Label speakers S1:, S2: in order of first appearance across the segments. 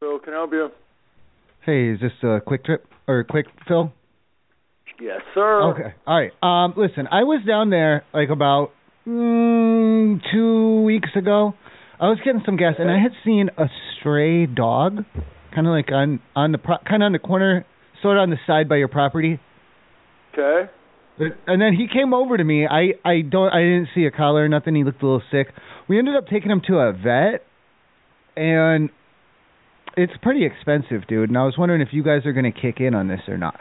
S1: Phil, can I help you?
S2: Hey, is this a quick trip or quick Phil?
S1: Yes,
S3: Uh.
S1: sir.
S2: Okay. All right. Um, listen, I was down there like about mm, two weeks ago. I was getting some gas, and I had seen a stray dog, kind of like on on the pro- kind of on the corner, sort of on the side by your property.
S1: Okay.
S2: And then he came over to me. I I don't I didn't see a collar or nothing. He looked a little sick. We ended up taking him to a vet, and it's pretty expensive, dude. And I was wondering if you guys are going to kick in on this or not.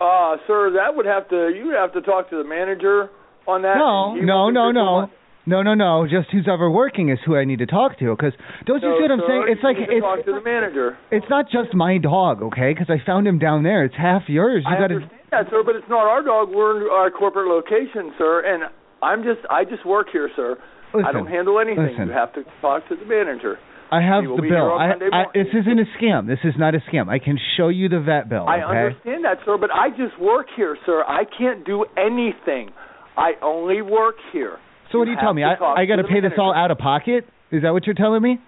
S1: Uh, sir, that would have to you would have to talk to the manager on that.
S2: No,
S1: He
S2: no,
S1: would
S2: no,
S1: do
S2: no.
S1: someone-
S2: No, no, no. Just who's ever working is who I need to talk to. Because don't you
S1: No,
S2: see what I'm
S1: sir,
S2: saying? It's
S1: you
S2: like
S1: need to talk to
S2: it's
S1: the manager.
S2: it's not just my dog, okay? Because I found him down there. It's half yours. You
S1: I
S2: got to.
S1: understand that, sir, but it's not our dog. We're in our corporate location, sir, and I'm just I just work here, sir. I don't
S2: Listen,
S1: handle anything.
S2: listen.
S1: You have to talk to the manager.
S2: I have
S1: He will
S2: the
S1: be here
S2: bill.
S1: on
S2: I,
S1: Monday
S2: I,
S1: morning.
S2: this isn't a scam. This is not a scam. I can show you the vet bill.
S1: I
S2: okay?
S1: understand that, sir, but I just work here, sir. I can't do anything. I only work here.
S2: So what do
S1: You
S2: you tell
S1: have
S2: me?
S1: to
S2: I
S1: talk
S2: I
S1: to
S2: got to
S1: the
S2: pay this all
S1: manager.
S2: out of pocket? Is that what you're telling me?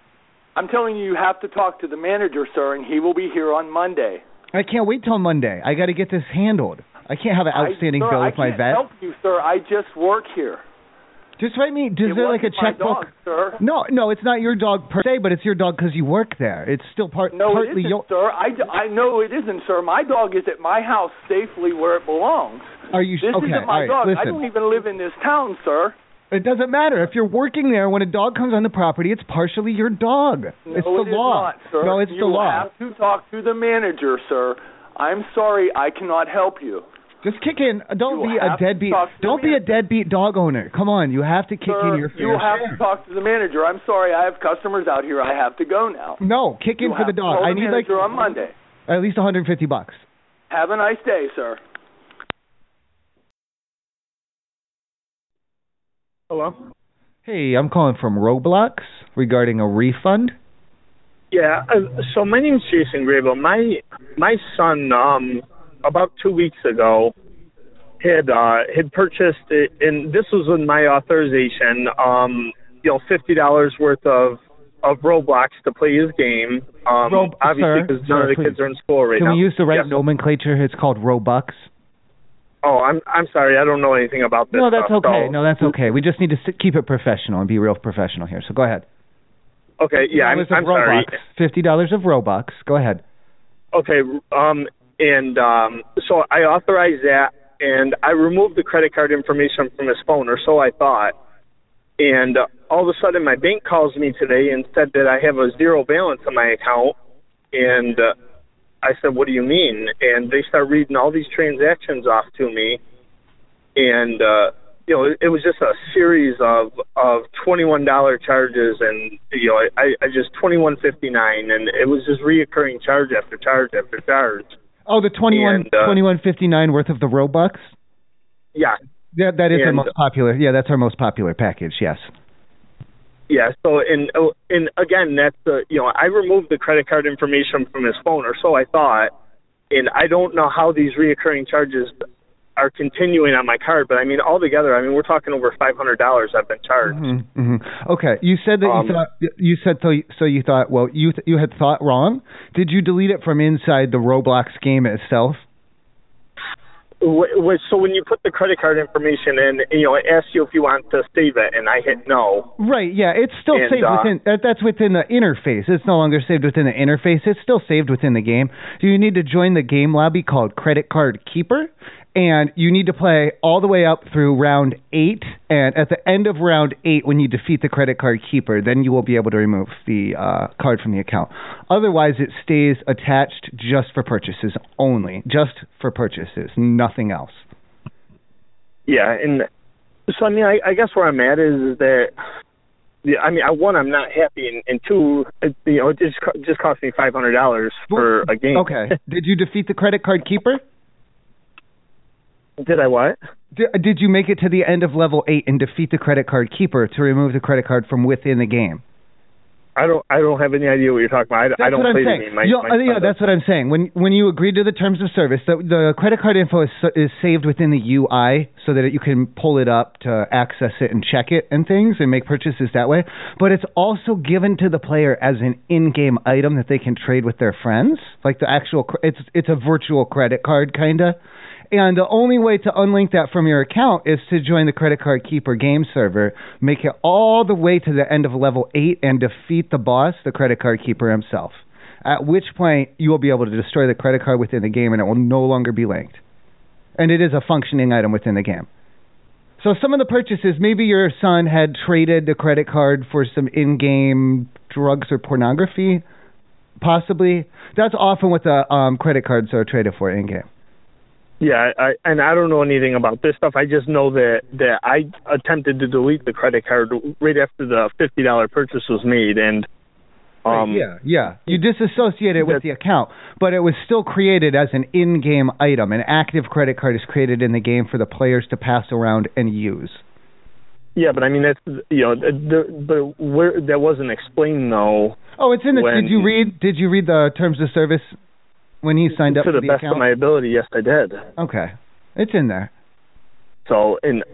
S1: I'm telling you, you have to talk to the manager, sir, and he will be here on Monday.
S2: I can't wait till Monday. I got to get this handled. I can't have an outstanding
S1: I, sir,
S2: bill
S1: I
S2: with my
S1: can't
S2: vet.
S1: help you, sir. I just work here.
S2: Just write me. Is
S1: it
S2: there like
S1: wasn't
S2: a
S1: my
S2: checkbook?
S1: dog, sir?
S2: No, no, it's not your dog per se, but it's your dog because you work there. It's still part
S1: No, it
S2: partly
S1: isn't,
S2: your.
S1: sir. I, I know it isn't, sir. My dog is at my house safely where it belongs.
S2: Are you
S1: This
S2: okay?
S1: isn't my
S2: all
S1: dog.
S2: right,
S1: I
S2: listen.
S1: don't even live in this town, sir.
S2: It doesn't matter if you're working there. When a dog comes on the property, it's partially your dog.
S1: No,
S2: it's the
S1: it is
S2: law.
S1: not, sir.
S2: No, it's
S1: you
S2: the law.
S1: have to talk to the manager, sir. I'm sorry, I cannot help you.
S2: Just kick in. Uh, Don't
S1: You
S2: be a
S1: have to
S2: deadbeat.
S1: talk to the
S2: Don't be a
S1: manager.
S2: deadbeat dog owner. Come on, you have to kick
S1: sir,
S2: in your
S1: you
S2: fair
S1: have
S2: share.
S1: to talk to the manager. I'm sorry, I have customers out here. I have to go now.
S2: No, kick in
S1: You
S2: for
S1: have
S2: the
S1: to
S2: dog.
S1: call
S2: I
S1: the
S2: need like
S1: manager on Monday.
S2: at least 150 bucks.
S1: Have a nice day, sir.
S4: Hello.
S2: Hey, I'm calling from Roblox regarding a refund.
S4: Yeah. Uh, so my name's Jason Grable. My my son, um, about two weeks ago, had uh, had purchased, it, and this was with my authorization. Um, you know, fifty dollars worth of of Roblox to play his game. Um,
S2: Rob-
S4: obviously,
S2: sir,
S4: because none
S2: sir,
S4: of the
S2: please.
S4: kids are in school right
S2: Can
S4: now.
S2: we use the right
S4: Yes.
S2: nomenclature? It's called Robux.
S4: Oh, I'm I'm sorry. I don't know anything about this.
S2: No, that's
S4: stuff,
S2: okay.
S4: so-
S2: No, that's okay. We just need to s- keep it professional and be real professional here. So go ahead.
S4: Okay. Yeah. I'm,
S2: $50
S4: I'm
S2: of
S4: sorry.
S2: Robux. Fifty dollars of Robux. Go ahead.
S4: Okay, um, and um, so I authorized that, and I removed the credit card information from his phone, or so I thought. And uh, all of a sudden, my bank calls me today and said that I have a zero balance on my account. And uh, I said, "What do you mean?" And they start reading all these transactions off to me, and uh, you know, it, it was just a series of of twenty one dollar charges, and you know, I, I just twenty one fifty nine, and it was just reoccurring charge after charge after charge.
S2: Oh, the twenty
S4: And,
S2: one
S4: uh,
S2: twenty one fifty nine worth of the Robux.
S4: Yeah,
S2: That that is our
S4: and-
S2: most popular. Yeah, that's our most popular package. Yes.
S4: Yeah. So and oh, and again, that's the you know I removed the credit card information from his phone, or so I thought. And I don't know how these reoccurring charges are continuing on my card, but I mean altogether, I mean we're talking over five hundred dollars I've been charged.
S2: Mm-hmm. Okay. You said that
S4: Um,
S2: you thought you said so. So you thought well, you th- you had thought wrong. Did you delete it from inside the Roblox game itself?
S4: Wh- wh- So when you put the credit card information in, you know it asks you if you want to save it, and I hit no.
S2: Right. Yeah. It's still
S4: And,
S2: saved
S4: uh,
S2: within. That, that's within the interface. It's no longer saved within the interface. It's still saved within the game. So you need to join the game lobby called Credit Card Keeper, and you need to play all the way up through round eight. And at the end of round eight, when you defeat the Credit Card Keeper, then you will be able to remove the uh, card from the account. Otherwise, it stays attached just for purchases only, just for purchases, nothing else.
S4: Yeah, and so I mean I, I guess where I'm at is that. Yeah, I mean, I one, I'm not happy, and, and two, it, you know, it just co- just cost me five hundred dollars for a game.
S2: Okay. Did you defeat the Credit Card Keeper?
S4: Did I what?
S2: D- Did you make it to the end of level eight and defeat the credit card keeper to remove the credit card from within the game?
S4: I don't. I don't have any idea what you're talking about. I,
S2: That's
S4: I don't
S2: what I'm
S4: play
S2: saying.
S4: the game. My,
S2: You know,
S4: my
S2: uh, yeah,
S4: son does.
S2: that's what I'm saying. When when you agree to the terms of service, the, the credit card info is s- is saved within the UI so that you can pull it up to access it and check it and things and make purchases that way. But it's also given to the player as an in-game item that they can trade with their friends. Like the actual, cr- it's it's a virtual credit card kinda. And the only way to unlink that from your account is to join the Credit Card Keeper game server, make it all the way to the end of level 8, and defeat the boss, the Credit Card Keeper himself. At which point, you will be able to destroy the credit card within the game and it will no longer be linked. And it is a functioning item within the game. So, some of the purchases maybe your son had traded the credit card for some in game drugs or pornography, possibly. That's often what the um, credit cards are traded for in game.
S4: Yeah, I, and I don't know anything about this stuff. I just know that that I attempted to delete the credit card right after the fifty dollar purchase was made, and um,
S2: yeah, yeah. You disassociate it with the account, but it was still created as an in-game item. An active credit card is created in the game for the players to pass around and use.
S4: yeah, but I mean that's you know, the, the, but where that wasn't explained though.
S2: Oh, it's in the.
S4: When-
S2: did you read? Did you read the terms of service when he signed up
S4: to
S2: for
S4: the,
S2: the
S4: best
S2: account?
S4: of my ability, yes, I did.
S2: okay, it's in there.
S4: So, and,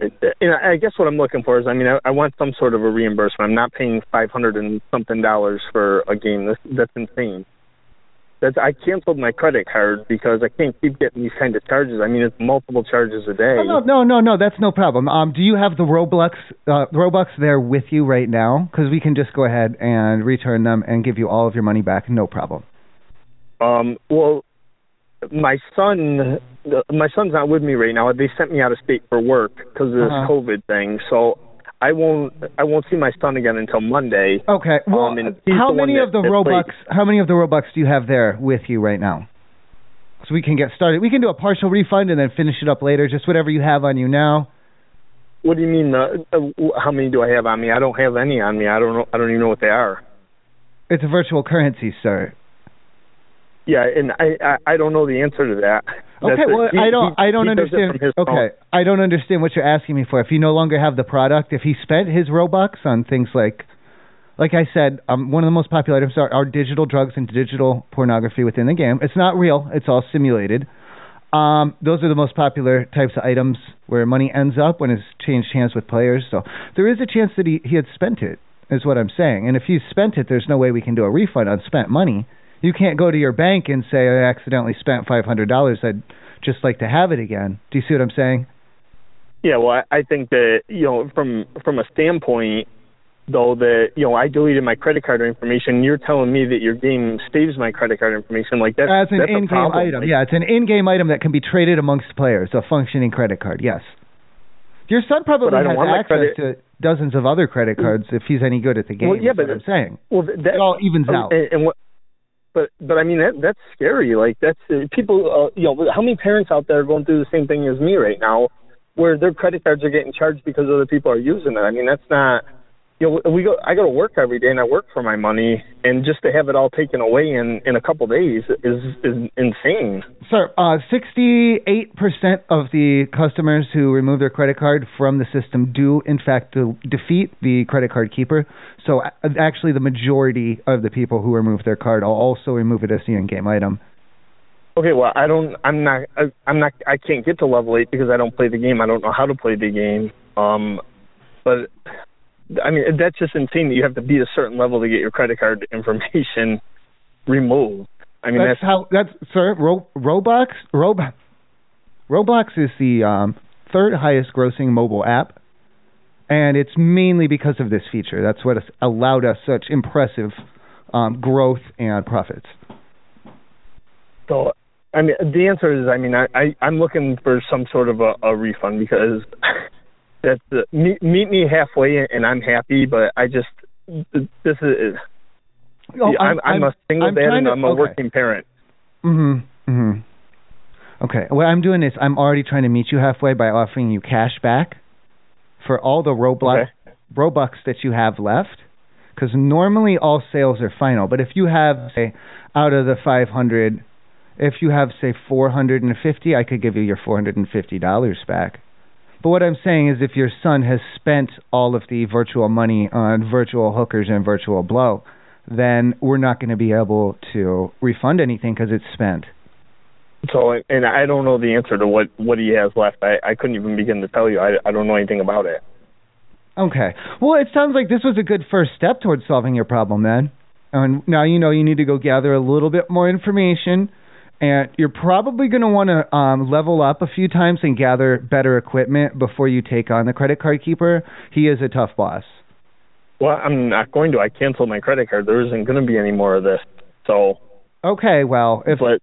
S4: and I guess what I'm looking for is, I mean, I, I want some sort of a reimbursement. I'm not paying five hundred and something dollars for a game. That's, that's insane. That's I canceled my credit card because I can't keep getting these kind of charges. I mean, it's multiple charges a day.
S2: Oh, no, no, no, no. That's no problem. Um, do you have the Roblox uh, Robux there with you right now? Because we can just go ahead and return them and give you all of your money back. No problem.
S4: Um, well, my son, the- my son's not with me right now. They sent me out of state for work because of this
S2: Uh-huh.
S4: COVID thing. So. I won't. I won't see my son again until Monday.
S2: Okay. Well,
S4: Um, and he's
S2: how
S4: the one
S2: many
S4: that-
S2: of the
S4: that played.
S2: Robux? How many of the Robux do you have there with you right now? So we can get started. We can do a partial refund and then finish it up later. Just whatever you have on you now.
S4: What do you mean? Uh, uh, w- how many do I have on me? I don't have any on me. I don't know. I don't even know what they are.
S2: It's a virtual currency, sir.
S4: Yeah, and I I, I don't know the answer to that.
S2: Okay.
S4: That's it.
S2: Well,
S4: He-
S2: I don't.
S4: he-
S2: I don't
S4: he does it
S2: understand.
S4: from his phone.
S2: Okay. I don't understand what you're asking me for. If you no longer have the product, if he spent his Robux on things like, like I said, um, one of the most popular items are, are digital drugs and digital pornography within the game. It's not real. It's all simulated. Um, those are the most popular types of items where money ends up when it's changed hands with players. So there is a chance that he, he had spent it, is what I'm saying. And if he spent it, there's no way we can do a refund on spent money. You can't go to your bank and say, I accidentally spent $500. I'd just like to have it again. Do you see what I'm saying?
S4: Yeah. Well, I, I think that you know from from a standpoint though that you know I deleted my credit card information. You're telling me that your game saves my credit card information. Like that's
S2: As an
S4: that's a
S2: in-game
S4: problem.
S2: item.
S4: Like,
S2: Yeah, it's an in-game item that can be traded amongst players, a functioning credit card. Yes. Your son probably
S4: But I don't
S2: has
S4: want my
S2: access
S4: credit-
S2: to dozens of other credit cards if he's any good at the game.
S4: Well, yeah,
S2: is
S4: but
S2: what I'm saying.
S4: Well, th- that,
S2: It all evens
S4: Um,
S2: out.
S4: And, and what? But but I mean that that's scary. Like that's uh, people. Uh, you know, how many parents out there are going through the same thing as me right now, where their credit cards are getting charged because other people are using it. I mean that's not. You know, we go. I go to work every day, and I work for my money, and just to have it all taken away in in a couple days is is insane.
S2: Sir, uh, 68% of the customers who remove their credit card from the system do, in fact, de- defeat the credit card keeper. So, a- actually, the majority of the people who remove their card will also remove it as the in-game item.
S4: Okay, well, I don't. I'm not. I, I'm not. I can't get to level eight because I don't play the game. I don't know how to play the game. Um, but I mean, that's just insane that you have to be a certain level to get your credit card information removed. I mean,
S2: that's,
S4: that's,
S2: how. That's sir. Ro- Roblox. Rob. Roblox is the um, third highest-grossing mobile app, and it's mainly because of this feature. That's what has allowed us such impressive um, growth and profits.
S4: so. I mean, the answer is, I mean, I, I I'm looking for some sort of a, a refund because that's the, meet, meet me halfway and I'm happy. But I just this is
S2: Oh,
S4: I'm, I'm, a single
S2: I'm
S4: dad
S2: trying
S4: and
S2: to-
S4: I'm a
S2: okay.
S4: working parent.
S2: Mhm. Mhm. Okay. What I'm doing is I'm already trying to meet you halfway by offering you cash back for all the Roblox
S4: Okay.
S2: Robux that you have left. Because normally all sales are final, but if you have say out of the 500, if you have say 450, I could give you your 450 dollars back. But what I'm saying is, if your son has spent all of the virtual money on virtual hookers and virtual blow, then we're not going to be able to refund anything because it's spent.
S4: So, and I don't know the answer to what what he has left. I I couldn't even begin to tell you. I I don't know anything about it.
S2: Okay. Well, it sounds like this was a good first step towards solving your problem then. And now you know you need to go gather a little bit more information. And you're probably going to want to um, level up a few times and gather better equipment before you take on the credit card keeper. He is a tough boss.
S4: Well, I'm not going to. I canceled my credit card. There isn't going to be any more of this. So.
S2: Okay. Well, if
S4: But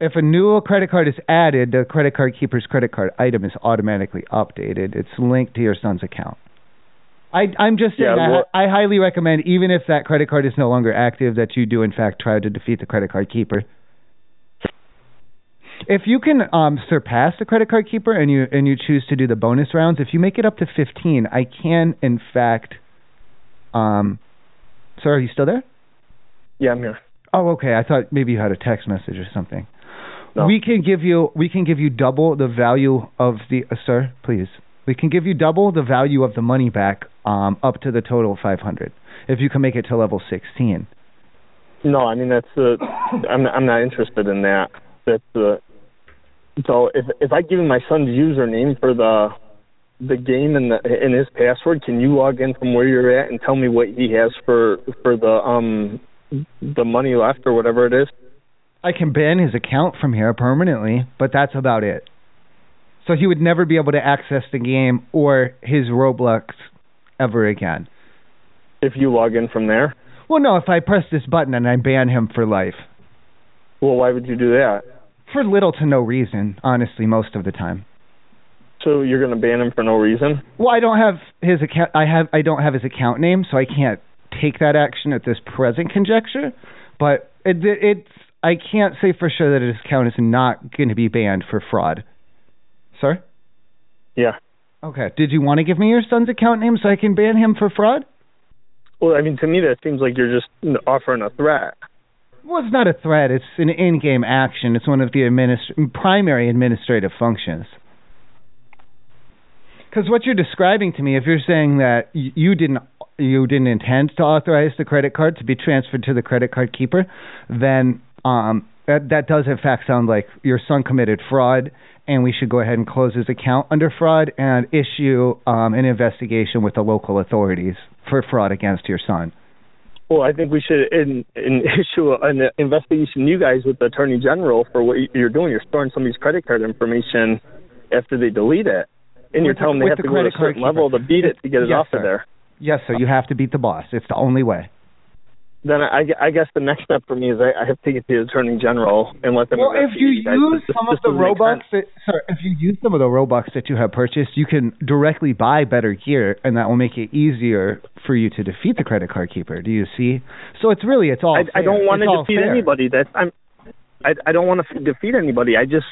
S2: if a new credit card is added, the credit card keeper's credit card item is automatically updated. It's linked to your son's account. I, I'm just saying,
S4: Yeah,
S2: I,
S4: well-
S2: I highly recommend, even if that credit card is no longer active, that you do in fact try to defeat the credit card keeper. If you can um, surpass the credit card keeper and you and you choose to do the bonus rounds, if you make it up to 15, I can in fact. Um, sir, are you still there?
S4: yeah, I'm here.
S2: Oh, okay. I thought maybe you had a text message or something.
S4: No.
S2: We can give you we can give you double the value of the uh, sir, please. We can give you double the value of the money back um up to the total of 500 if you can make it to level 16.
S4: No, I mean that's the. I'm I'm not interested in that. That's the. So if if I give you my son's username for the the game and the and his password, can you log in from where you're at and tell me what he has for for the um the money left or whatever it is?
S2: I can ban his account from here permanently, but that's about it. So he would never be able to access the game or his Roblox ever again.
S4: If you log in from there,
S2: Well, no, if I press this button and I ban him for life
S4: well, why would you do that?
S2: for little to no reason, honestly, most of the time.
S4: So you're gonna ban him for no reason?
S2: Well, I don't have his account. I have I don't have his account name, so I can't take that action at this present conjecture. But it, it, it's I can't say for sure that his account is not going to be banned for fraud. Sir.
S4: Yeah.
S2: Okay. Did you want to give me your son's account name so I can ban him for fraud?
S4: Well, I mean, to me that seems like you're just offering a threat.
S2: Well, it's not a threat. It's an in-game action. It's one of the administ- primary administrative functions. Because what you're describing to me, if you're saying that y- you didn't you didn't intend to authorize the credit card to be transferred to the credit card keeper, then um, that, that does in fact sound like your son committed fraud, and we should go ahead and close his account under fraud and issue um, an investigation with the local authorities for fraud against your son.
S4: Well, I think we should in, in issue an investigation, you guys, with the attorney general for what you're doing. You're storing somebody's credit card information after they delete it, and you're
S2: With the-
S4: telling them
S2: with
S4: they have
S2: the
S4: to go to a
S2: credit card
S4: certain level to
S2: keeper.
S4: beat it to get it
S2: Yes,
S4: off
S2: sir.
S4: of there.
S2: Yes, sir. You have to beat the boss. It's the only way.
S4: Then I, I guess the next step for me is I, I have to take it to the attorney general and let them.
S2: Well, if
S4: investigate
S2: you
S4: guys.
S2: use
S4: This-
S2: some
S4: this
S2: of the
S4: doesn't make
S2: Robux,
S4: sense.
S2: that, sorry, if you use some of the Robux that you have purchased, you can directly buy better gear, and that will make it easier for you to defeat the credit card keeper. Do you see? So it's really it's all.
S4: I, I don't want to defeat anybody.
S2: anybody.
S4: That I'm. I, I don't want to f- defeat anybody. I just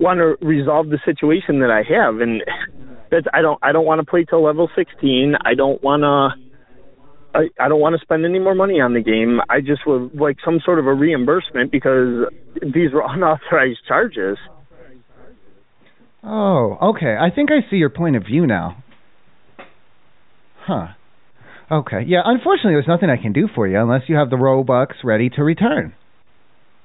S4: want to resolve the situation that I have, and that's I don't. I don't want to play till level sixteen. I don't want to. I, I don't want to spend any more money on the game. I just would like some sort of a reimbursement because these were unauthorized charges.
S2: Oh, okay. I think I see your point of view now. Huh. Okay. Yeah. Unfortunately, there's nothing I can do for you unless you have the Robux ready to return.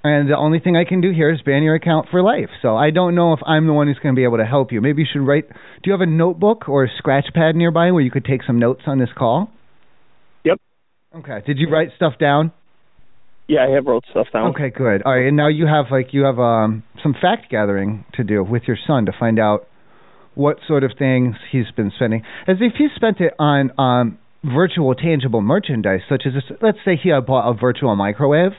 S2: And the only thing I can do here is ban your account for life. So I don't know if I'm the one who's going to be able to help you. Maybe you should write. Do you have a notebook or a scratch pad nearby where you could take some notes on this call?
S4: Yep.
S2: Okay. Did you write stuff down?
S4: Yeah, I have wrote stuff down.
S2: Okay, good. All right, and now you have like you have um some fact gathering to do with your son to find out what sort of things he's been spending. As if he spent it on um virtual tangible merchandise, such as let's say he had bought a virtual microwave,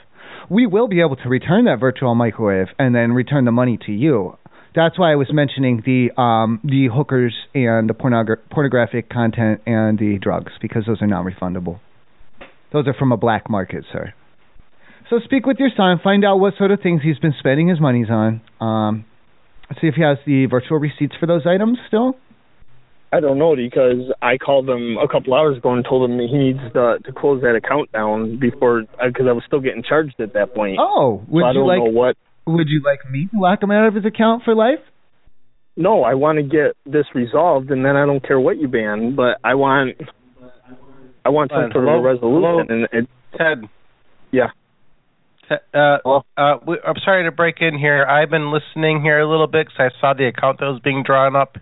S2: we will be able to return that virtual microwave and then return the money to you. That's why I was mentioning the um the hookers and the pornogra- pornographic content and the drugs because those are non-refundable. Those are from a black market, sir. So speak with your son, find out what sort of things he's been spending his monies on. Um, see if he has the virtual receipts for those items still.
S4: I don't know because I called him a couple hours ago and told him that he needs to, to close that account down before because I was still getting charged at that point.
S2: Oh, would
S4: So I
S2: you
S4: don't
S2: like
S4: know what
S2: would you like me to lock him out of his account for life?
S4: no, I want to get this resolved, and then I don't care what you ban, but I want, I want some
S5: Glenn,
S4: sort of a
S5: hello?
S4: resolution, and it
S5: Ted.
S4: Yeah.
S5: Ted, Uh, uh, we, I'm sorry to break in here. I've been listening here a little bit because I saw the account that was being drawn up.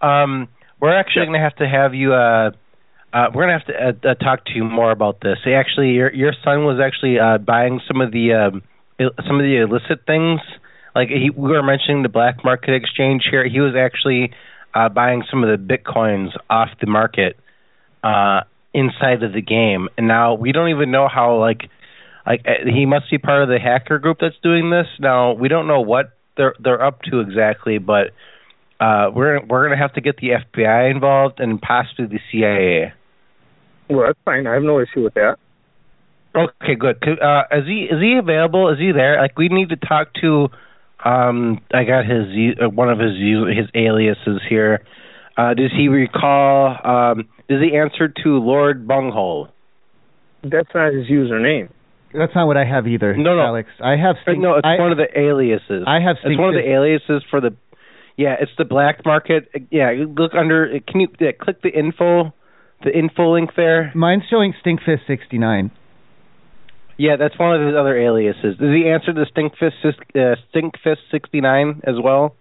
S5: Um, we're actually going to have to have you. Uh, uh, we're going to have to uh, uh, talk to you more about this. Actually, your your son was actually uh, buying some of the um, il- some of the illicit things. Like he, we were mentioning the black market exchange here. He was actually uh, buying some of the bitcoins off the market uh, inside of the game, and now we don't even know how like like uh, he must be part of the hacker group that's doing this. Now we don't know what they're they're up to exactly, but uh, we're we're gonna have to get the FBI involved and possibly the CIA.
S4: Well, that's fine. I have no issue with that.
S5: Okay, good. Could- Uh, is he is he available? Is he there? Like we need to talk to. Um, I got his u- uh, one of his u- his aliases here. Uh, does he recall? Um, does he answer to Lord Bunghole?
S4: That's not his username.
S2: That's not what I have either,
S5: No, no.
S2: Alex. I have
S5: Or
S2: Stink-
S5: no, it's
S2: I,
S5: one of the aliases.
S2: I have
S5: It's one of the
S2: Stinkfist-
S5: aliases for the. Yeah, it's the black market. Yeah, you look under. Can you yeah, click the info, the info link there?
S2: Mine's showing Stinkfist 69.
S5: Yeah, that's one of his other aliases. Does he answer the Stinkfist sis- uh, Stinkfist sixty nine as well?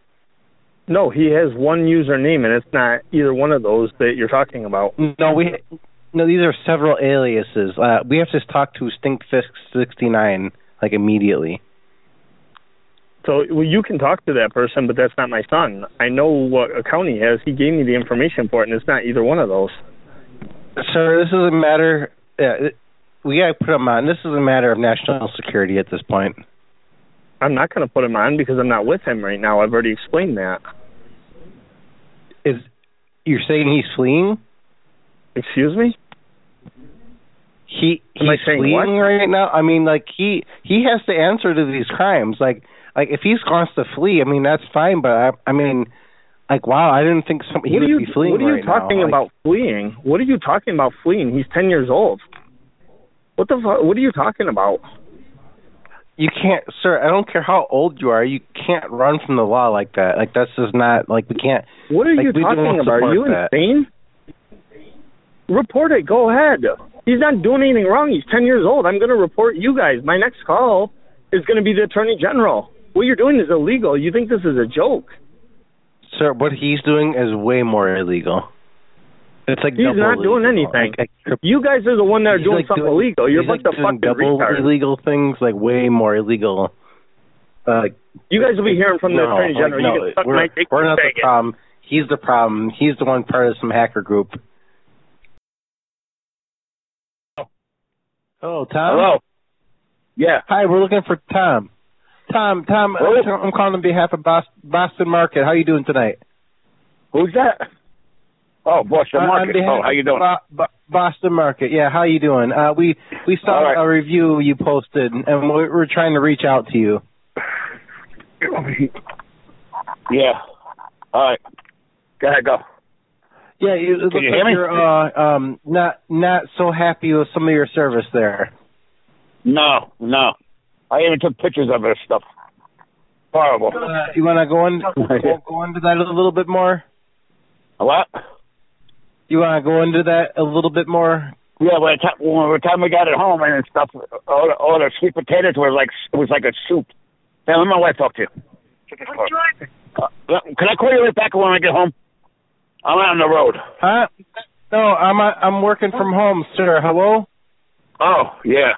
S4: No, he has one username, and it's not either one of those that you're talking about.
S5: No, we. No, these are several aliases. Uh, we have to talk to Stinkfist sixty nine like immediately.
S4: So well, you can talk to that person, but that's not my son. I know what account he has. He gave me the information for it, and it's not either one of those.
S5: Sir, this is a matter. Uh, we gotta put him on. This is a matter of national security at this point.
S4: I'm not going to put him on because I'm not with him right now. I've already explained that.
S5: Is you're saying he's fleeing?
S4: Excuse me?
S5: he
S4: Am I
S5: he's
S4: saying
S5: fleeing
S4: what?
S5: right now. I mean, like he he has to answer to these crimes. Like like if he wants to flee, I mean that's fine. But I I mean, like wow, I didn't think some, he
S4: what
S5: would
S4: are you,
S5: be fleeing
S4: what are you
S5: right now.
S4: talking
S5: Like,
S4: about fleeing? What are you talking about fleeing? He's 10 years old. What the fu- What are you talking about?
S5: you can't, sir. I don't care how old you are. You can't run from the law like that. Like that's just not like we can't.
S4: What are
S5: Like,
S4: you
S5: we don't
S4: talking about? Are
S5: support
S4: you
S5: that.
S4: insane? Report it. Go ahead. He's not doing anything wrong. He's 10 years old. I'm going to report you guys. My next call is going to be the attorney general. What you're doing is illegal. You think this is a joke?
S5: Sir, what he's doing is way more illegal. It's like
S4: He's
S5: double
S4: not doing
S5: illegal.
S4: anything.
S5: Like, like,
S4: You guys are the one that are
S5: he's,
S4: doing
S5: like,
S4: something
S5: doing-
S4: illegal. You're a
S5: he's,
S4: bunch of
S5: like, doing
S4: fucking
S5: double
S4: retards.
S5: illegal things, like way more illegal. Uh,
S4: You guys will be hearing from the
S5: No,
S4: attorney
S5: like,
S4: general.
S5: no,
S4: you can suck
S5: we're,
S4: my dick
S5: we're
S4: and
S5: not
S4: take
S5: the
S4: it.
S5: problem. He's the problem. He's the one part of some hacker group. Hello,
S6: Oh,
S5: Tom.
S7: Hello. Yeah.
S5: Hi, we're looking for Tom. Tom, Tom,
S7: Hello.
S5: I'm- I'm calling on behalf of Bos- Boston Market. How you doing tonight?
S7: Who's that? Oh, Boston
S5: Uh, on
S7: Market.
S5: behalf
S7: Oh, how you
S5: of
S7: doing?
S5: Bo- Bo- Boston Market. Yeah, how you doing? Uh, we we saw
S7: All right.
S5: a review you posted, and we're, we're trying to reach out to you.
S7: yeah. All right. Go ahead, go.
S5: Yeah, you, it looks
S7: you
S5: like
S7: hear me?
S5: you're uh, um, not not so happy with some of your service there.
S7: No, no. I even took pictures of this stuff. Horrible.
S5: Uh, you want to go in go, go into that a little bit more?
S7: What?
S5: You want to go into that a little bit more?
S7: Yeah, by the time, when the time we got it home and stuff, all the, all the sweet potatoes were like it was like a soup. Now let my wife talk to you. Uh, can I call you right back when I get home? I'm out on the road.
S5: Huh? No, I'm uh, I'm working from home, sir. Hello.
S7: Oh yeah,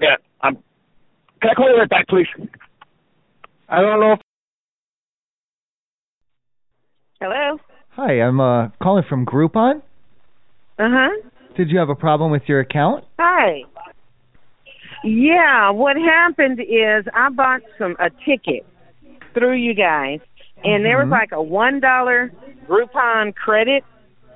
S7: yeah. I'm. Can I call you right back, please?
S5: I don't know if
S8: Hello.
S2: Hi, I'm uh, calling from Groupon.
S8: Uh huh.
S2: Did you have a problem with your account?
S8: Hi. Yeah, what happened is I bought some a ticket through you guys, and there was
S2: Mhm.
S8: like a one dollar Groupon credit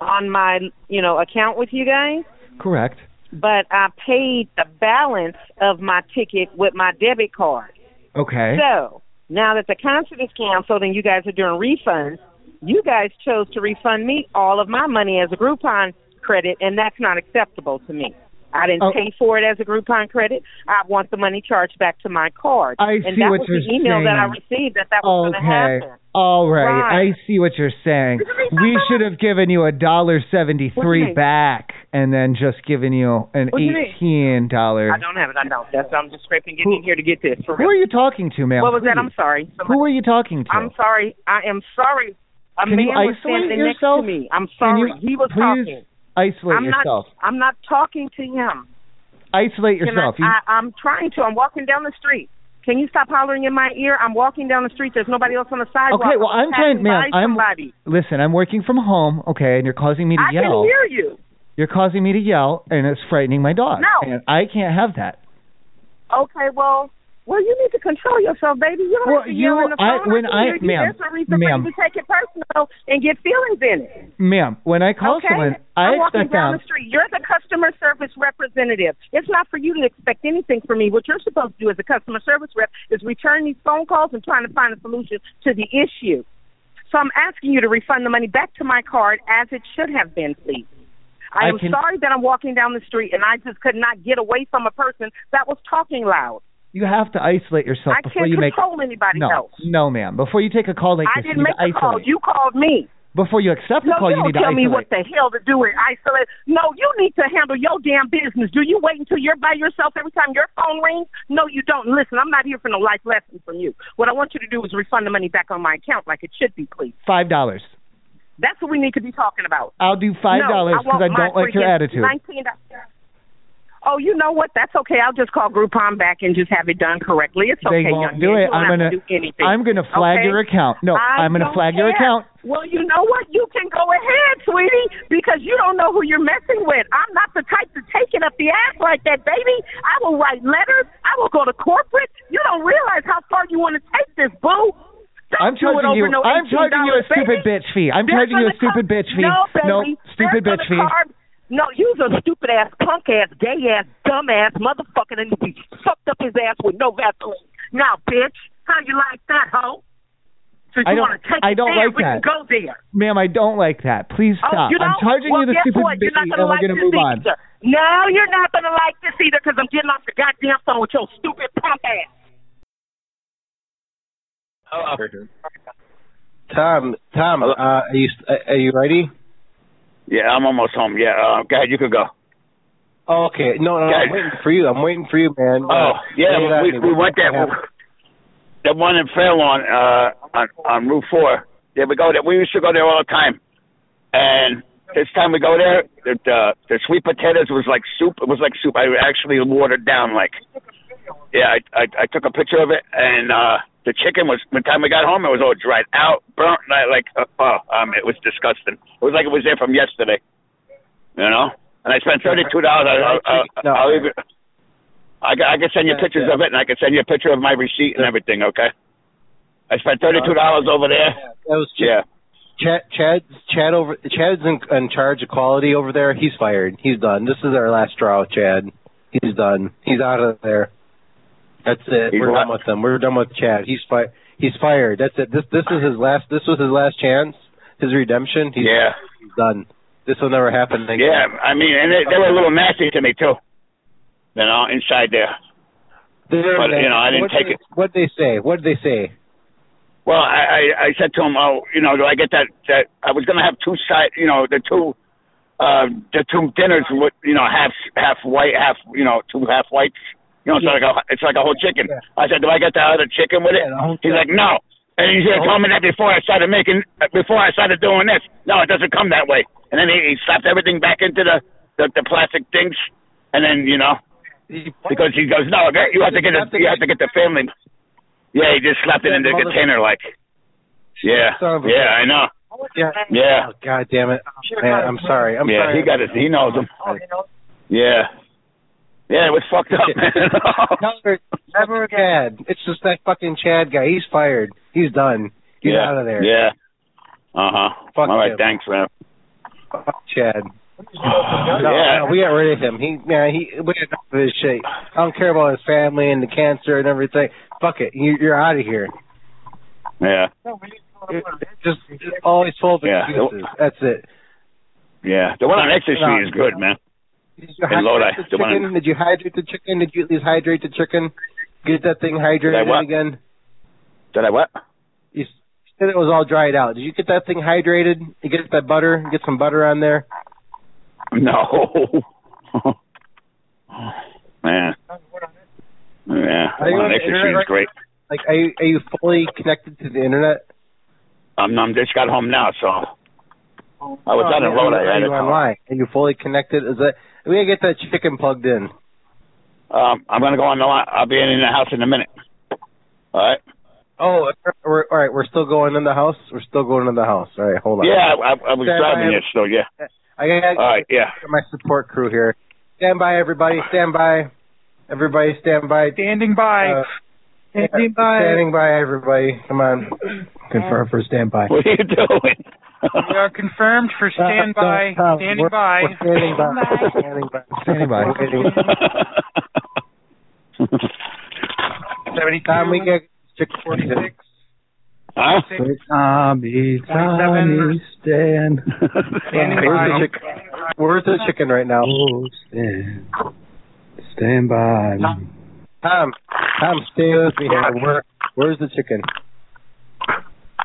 S8: on my you know account with you guys,
S2: Correct.
S8: but I paid the balance of my ticket with my debit card.
S2: Okay.
S8: So now that the concert is canceled and you guys are doing refunds, you guys chose to refund me all of my money as a Groupon credit, and that's not acceptable to me. I didn't
S2: Oh.
S8: pay for it as a Groupon credit. I want the money charged back to my card.
S2: I
S8: and
S2: see
S8: that
S2: what
S8: was
S2: you're
S8: the email that I
S2: saying.
S8: received that that was going to
S2: Okay.
S8: happen.
S2: All right.
S8: Right.
S2: I see what you're saying. We should have given you a dollar seventy
S8: What do you
S2: three
S8: mean?
S2: back and then just given you an
S8: What do you mean?
S2: eighteen dollar
S8: I don't have it. I don't. That's I'm just scraping getting in here to get this. For
S2: Who
S8: real.
S2: are you talking to, ma'am?
S8: What was that? I'm
S2: Please.
S8: sorry. Somebody-
S2: Who are you talking to?
S8: I'm sorry. I am sorry. A
S2: Can
S8: man
S2: you
S8: was
S2: isolate
S8: standing
S2: yourself?
S8: next to me. I'm
S2: Can you
S8: sorry. he was
S2: please
S8: talking.
S2: Isolate
S8: I'm not.
S2: yourself.
S8: I'm not talking to him.
S2: Isolate
S8: Can
S2: yourself.
S8: I, I, I'm trying to. I'm walking down the street. Can you stop hollering in my ear? I'm walking down the street. There's nobody else on the sidewalk.
S2: Okay, well, I'm trying-
S8: passing
S2: ma'am,
S8: by
S2: I'm-
S8: somebody.
S2: you, listen, I'm working from home, okay, and you're causing me to
S8: I
S2: yell.
S8: can hear you.
S2: You're causing me to yell, and it's frightening my dog.
S8: No.
S2: And I can't have that.
S8: Okay, well, well, you need to control yourself, baby. You don't
S2: Well,
S8: have to
S2: you-
S8: yell in the
S2: I-
S8: phone.
S2: when
S8: can
S2: I-
S8: hear you.
S2: ma'am,
S8: there's no reason
S2: ma'am.
S8: for you to take it personal and get feelings in it.
S2: Ma'am, when I call
S8: okay?
S2: someone, I
S8: I'm walking
S2: expect
S8: down
S2: them.
S8: the street. You're the customer service representative. It's not for you to expect anything from me. What you're supposed to do as a customer service rep is return these phone calls and trying to find a solution to the issue. So I'm asking you to refund the money back to my card as it should have been, please. I,
S2: I
S8: am
S2: can-
S8: sorry that I'm walking down the street and I just could not get away from a person that was talking loud.
S2: You have to isolate yourself
S8: I
S2: before
S8: can't
S2: you make.
S8: control anybody
S2: No,
S8: else.
S2: no, ma'am. Before you take a call like
S8: I
S2: this,
S8: didn't
S2: you
S8: make
S2: need
S8: the
S2: to
S8: call.
S2: isolate.
S8: You called me.
S2: Before you accept
S8: No,
S2: the call,
S8: you don't
S2: you need to
S8: tell
S2: isolate.
S8: me what the hell to do and isolate. No, you need to handle your damn business. Do you wait until you're by yourself every time your phone rings? No, you don't. And Listen, I'm not here for no life lesson from you. What I want you to do is refund the money back on my account like it should be, please.
S2: Five dollars.
S8: That's what we need to be talking about.
S2: I'll do five dollars
S8: because
S2: I, don't like your attitude.
S8: Nineteen dollars. Oh, you know what? That's okay. I'll just call Groupon back and just have it done correctly. It's
S2: They
S8: okay,
S2: won't
S8: young
S2: do
S8: man. You
S2: it.
S8: don't
S2: I'm
S8: have
S2: gonna-
S8: to do anything.
S2: I'm gonna
S8: Okay.
S2: flag your account. No,
S8: I
S2: am gonna
S8: don't
S2: flag your
S8: care.
S2: account.
S8: Well, you know what? You can go ahead, sweetie, because you don't know who you're messing with. I'm not the type to take it up the ass like that, baby. I will write letters. I will go to corporate. You don't realize how far you want to take this, boo. Don't
S2: I'm
S8: do it
S2: charging
S8: over
S2: you.
S8: No
S2: I'm charging you a
S8: $18,
S2: stupid
S8: baby.
S2: bitch fee. I'm
S8: They're
S2: charging you a
S8: gonna
S2: stupid
S8: come-
S2: bitch fee.
S8: No, baby.
S2: stupid
S8: They're
S2: bitch
S8: gonna
S2: fee.
S8: carve- No, you's a stupid ass, punk ass, gay ass, dumb ass motherfucker that needs to be fucked up his ass with no Vaseline. Now, bitch, how you like that, hoe? So
S2: I
S8: you
S2: don't-
S8: want to take
S2: I
S8: it
S2: don't
S8: there,
S2: like
S8: we can
S2: that.
S8: go there.
S2: Ma'am, I don't like that. Please
S8: Oh,
S2: stop.
S8: you
S2: I'm
S8: don't?
S2: charging
S8: well,
S2: you the
S8: guess
S2: stupid
S8: what?
S2: bitch
S8: You're not
S2: fee,
S8: gonna
S2: and we're
S8: like
S2: gonna
S8: this
S2: move on.
S8: either. No, you're not going to like this either because I'm getting off the goddamn phone with your stupid punk ass.
S5: Tom, Tom, uh, are you are you ready?
S7: Yeah, I'm almost home. Yeah, uh, go ahead. You could go.
S5: Oh, okay, no, no, no, I'm waiting for you. I'm waiting for you, man.
S7: Oh,
S5: Uh,
S7: yeah,
S5: lay it on
S7: we,
S5: me.
S7: we went there. The one in Fairlawn, uh, on, on Route 4. Yeah, we go there. We used to go there all the time. And this time we go there, the, the, the sweet potatoes was like soup. It was like soup. I actually watered down, like, yeah, I, I, I took a picture of it. And, uh, the chicken was, by the time we got home, it was all dried out, burnt, and I, like, uh, oh, um, it was disgusting. It was like it was there from yesterday, you know? And I spent $32. I, I, I,
S5: No.
S7: I'll even, I, ca- I can send you
S5: Yeah,
S7: pictures of
S5: yeah.
S7: it, and I can send you a picture of my receipt and everything. Okay. I spent thirty-two dollars over there.
S5: That was Ch-
S7: Yeah.
S5: Chad, Chad's Chad over Chad's in, in charge of quality over there. He's fired. He's done. This is our last straw, Chad. He's done. He's out of there. That's it.
S7: He's
S5: We're done
S7: what?
S5: with him. We're done with Chad. He's fi- He's fired. That's it. This this is his last. This was his last chance. His redemption. He's,
S7: Yeah.
S5: he's done. This will never happen again.
S7: Yeah. I mean, and they, they were a little nasty to me too. You know, inside there.
S5: They're-
S7: But, you know, I didn't
S5: what
S7: take
S5: they,
S7: it.
S5: What they say? What did they say?
S7: Well, I, I I said to him, oh, you know, do I get that that I was gonna have two side, you know, the two, uh, the two dinners with you know half half white, half you know two half whites. You know, it's like a it's like a whole chicken.
S5: Yeah.
S7: I said, do I get the other chicken with it?
S5: Yeah, the whole
S7: He's like, no. And he should have told me that before I started making, before I started doing this. No, it doesn't come that way. And then he, he slapped everything back into the, the the plastic things, and then you know because he goes, no, you have to get the you have to get the family. Yeah, he just slapped it into the container like. Yeah,
S5: Son of a-
S7: yeah, I know.
S5: Yeah.
S7: Yeah,
S5: Oh, God damn it. Man, I'm sorry. I'm
S7: yeah,
S5: sorry.
S7: he got it. He knows him. Yeah, yeah, it was fucked up, man.
S5: Tell her never Chad. It's just that fucking Chad guy. He's fired. He's done. He's
S7: yeah,
S5: out of there.
S7: Yeah. Uh huh.
S5: Fuck
S7: All right,
S5: him.
S7: thanks, man.
S5: Fuck Chad. No,
S7: yeah.
S5: no, we got rid of him. He man, he we got enough of his shit. I don't care about his family and the cancer and everything. Fuck it. You you're out of here.
S7: yeah.
S5: Just, just always full of
S7: Yeah.
S5: excuses. That's it.
S7: Yeah, the one on Exit
S5: No.
S7: Street is good, man.
S5: Did you
S7: In Lodi,
S5: hydrate the
S7: the one in-
S5: chicken? Did you hydrate the chicken? Did you at least hydrate the chicken? Get that thing hydrated
S7: what?
S5: again?
S7: Did I what?
S5: You s- said it was all dried out. Did you get that thing hydrated? You get that butter? Get some butter on there?
S7: No. Man. Yeah.
S5: Are you
S7: well,
S5: on the
S7: next
S5: internet
S7: machine's
S5: right
S7: great.
S5: Like, are you, are you fully connected to the internet?
S7: I'm, I'm just got home now, so I was
S5: Oh,
S7: on the
S5: man,
S7: road. I
S5: Are
S7: had a
S5: you
S7: call.
S5: online? Are you fully connected? Is that we gotta get that chicken plugged in?
S7: Um, I'm gonna go on the line. I'll be in the house in a minute. All right.
S5: Oh, we're, all right. We're still going in the house. We're still going in the house. All right, hold on.
S7: Yeah, I, I was
S5: Stand by.
S7: driving this, so yeah.
S5: I got
S7: All right, yeah.
S5: my support crew here. Stand by, everybody. Stand by. Everybody, stand by.
S9: Standing by.
S5: Uh,
S9: Standing by.
S5: Standing by, everybody. Come on. Confirm for standby.
S7: What are you doing?
S9: We are confirmed for standby.
S5: Uh, uh,
S9: standing
S5: we're-
S9: by.
S5: We're standing by. Standing by.
S2: Standing by.
S5: We're standing by. Tom, we get chicken forty-six.
S7: Huh?
S9: Six,
S2: Tommy,
S9: Twenty-seven. Tommy,
S2: stand.
S9: standing
S5: Where's
S9: by.
S5: the chicken? Where's the chicken right now?
S2: stand. Stand by.
S5: Tom, Tom, stay with me here. Where, where's the chicken?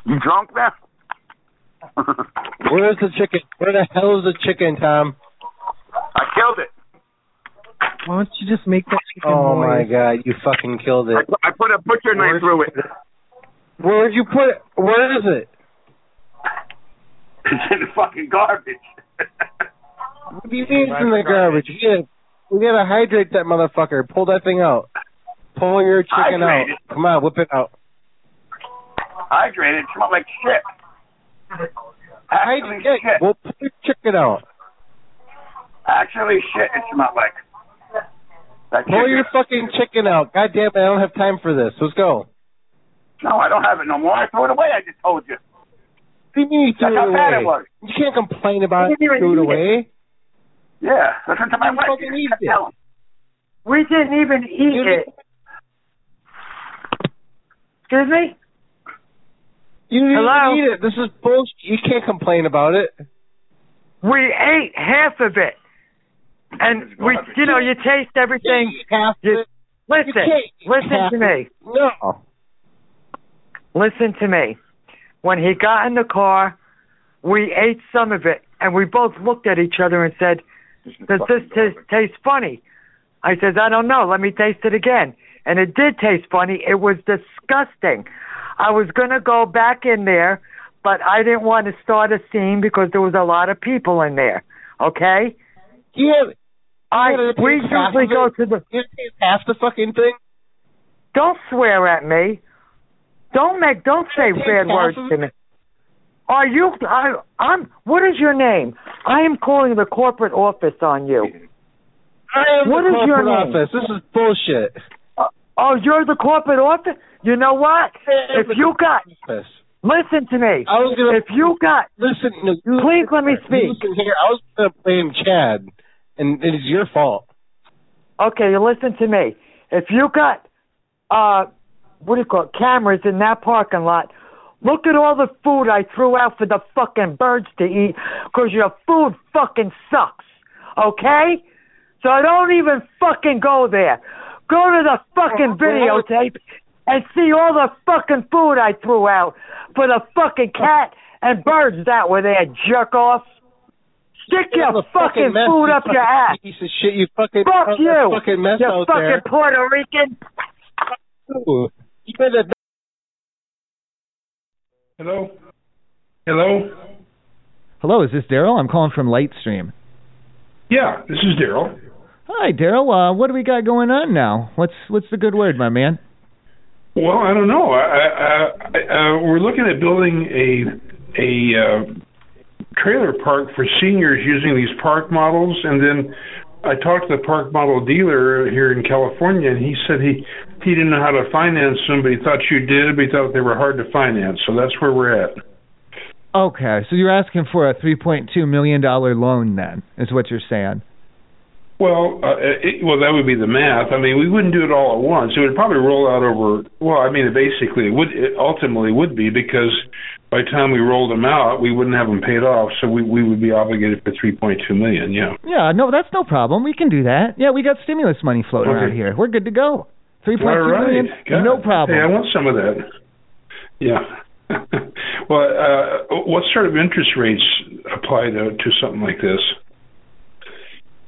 S7: You drunk now?
S5: Where's the chicken? Where the hell is the chicken, Tom?
S7: I killed it.
S9: Why don't you just make that chicken
S5: Oh my God, you fucking killed it.
S7: I put a butcher
S5: knife
S7: through it.
S5: Where'd you put it? Where is it?
S7: It's in the fucking garbage.
S5: What do you mean it's in the garbage? We gotta, we gotta hydrate that motherfucker. Pull that thing out. Pull your chicken out.
S7: Hydrate it.
S5: Come on, whip it out.
S7: Hydrated. It smelled like shit. Actually,
S5: Hydrate it.
S7: shit.
S5: Well, pull your chicken out.
S7: Actually, shit. It smelled like. That
S5: Pull
S7: chicken-
S5: your fucking chicken out. God damn it, I don't have time for this. Let's go.
S7: No, I don't have it no more. I threw it away. I just told you.
S5: What do you mean you
S7: That's
S5: threw it
S7: how bad it was.
S5: away? You can't complain about
S10: You
S5: it.
S10: didn't even
S5: Threw it
S10: eat it.
S5: away.
S7: Yeah. Listen to my
S5: You
S7: wife.
S5: fucking
S7: You just
S5: eat
S7: tell 'em.
S10: We didn't even eat
S5: You-
S10: it. Excuse me?
S5: You didn't
S10: Hello?
S5: even eat it. This is bullshit. You can't complain about it.
S11: We ate half of it. And we, you know, you taste everything.
S5: Half
S11: You-
S5: it.
S11: Listen,
S5: You can't eat
S11: listen
S5: half
S11: to
S5: of
S11: me.
S5: No.
S11: Oh. Listen to me. When he got in the car, we ate some of it, and we both looked at each other and said, "Does this t- taste funny?" I says, "I don't know. Let me taste it again." And it did taste funny. It was disgusting. I was gonna go back in there, but I didn't want to start a scene because there was a lot of people in there. Okay,
S5: You had,
S11: I
S5: gotta
S11: we
S5: taste half
S11: usually
S5: of
S11: go
S5: it.
S11: to the.
S5: you had half the fucking thing.
S11: Don't swear at me. Don't make. Don't say
S5: Take
S11: bad
S5: half
S11: words
S5: of
S11: to me. Are you? I, I'm. What is your name? I am calling the corporate office on you.
S5: I am
S11: What
S5: the
S11: is your
S5: corporate
S11: name?
S5: office. This is bullshit.
S11: Oh, you're the corporate office. You know what? If you got,
S5: Office.
S11: listen to me.
S5: I was gonna
S11: If you got,
S5: listen. No, you,
S11: Please let me
S5: you
S11: speak.
S5: Listen here. I was gonna blame Chad, and it is your fault.
S11: okay, you listen to me. If you got, uh, what do you call it? Cameras in that parking lot. Look at all the food I threw out for the fucking birds to eat, 'cause your food fucking sucks. Okay? So don't even fucking go there. Go to the
S6: Oh,
S11: fucking videotape and see all the fucking food I threw out for the fucking cat and birds that were there, jerk off. Stick
S5: It was
S11: your
S5: a
S11: fucking
S5: mess,
S11: food
S5: you
S11: up your
S5: fucking
S11: ass.
S5: Piece of shit. You fucking
S11: Fuck
S5: caused
S11: you.
S5: that Fucking mess
S11: You
S5: out
S11: fucking
S5: there.
S11: Puerto Rican.
S5: Ooh. You better
S9: Hello? Hello?
S2: Hello, is this Daryl? I'm calling from Lightstream.
S9: Yeah, this is Daryl.
S2: Hi, Daryl. Uh, what do we got going on now? What's what's the good word, my man?
S9: Well, I don't know. I, I, I, uh, we're looking at building a a uh, trailer park for seniors using these park models, and then I talked to the park model dealer here in California, and he said he he didn't know how to finance them, but he thought you did, but he thought they were hard to finance. So that's where we're at.
S2: Okay, so you're asking for a 3.2 million dollar loan, then, is what you're saying?
S9: Well, uh, it, well, that would be the math. I mean, we wouldn't do it all at once. It would probably roll out over. Well, I mean, it basically, it would it ultimately would be because by the time we rolled them out, we wouldn't have them paid off, so we we would be obligated for three point two million. Yeah.
S2: Yeah, no, that's no problem. We can do that. Yeah, we got stimulus money floating
S9: Okay.
S2: around here. We're good to go. Three point
S9: All
S2: two
S9: right.
S2: million,
S9: God.
S2: no problem.
S9: Hey, I want some of that. Yeah. well, uh, what sort of interest rates apply to to something like this?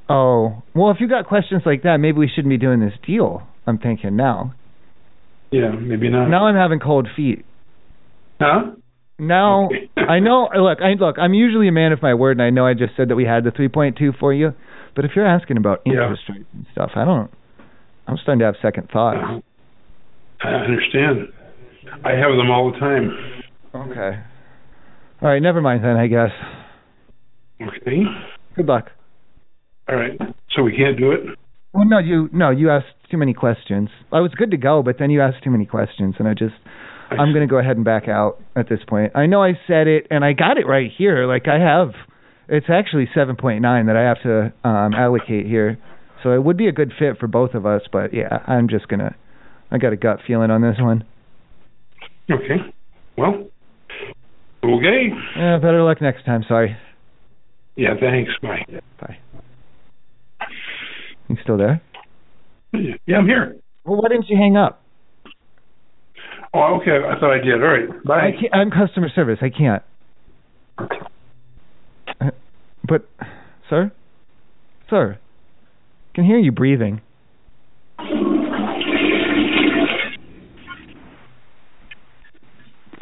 S2: Oh, well, if you got questions like that, maybe we shouldn't be doing this deal. I'm thinking now.
S9: Yeah, maybe not.
S2: Now I'm having cold feet.
S9: Huh?
S2: Now I know. Look, I look. I'm usually a man of my word, and I know I just said that we had the 3.2 for you. But if you're asking about
S9: Yeah.
S2: interest rates and stuff, I don't. I'm starting to have second thoughts.
S9: Uh-huh. I understand. I have them all the time.
S2: Okay. All right. Never mind then. I guess.
S9: Okay.
S2: Good luck.
S9: All right. So we can't do it.
S2: Well, no, you no, you asked too many questions. I was good to go, but then you asked too many questions, and I just I'm going to go ahead and back out at this point. I know I said it, and I got it right here. Like I have, it's actually 7.9 that I have to um, allocate here, so it would be a good fit for both of us. But yeah, I'm just gonna. I got a gut feeling on this one.
S9: Okay. Well. Okay.
S2: Yeah, Eh, better luck next time. Sorry.
S9: Yeah. Thanks. Bye.
S2: You still there?
S9: Yeah, I'm here.
S2: Well, why didn't you hang up?
S9: Oh, okay. I thought I did. All right. Bye.
S2: I can't, I'm customer service. I can't. Uh, But, sir, sir, can hear you breathing.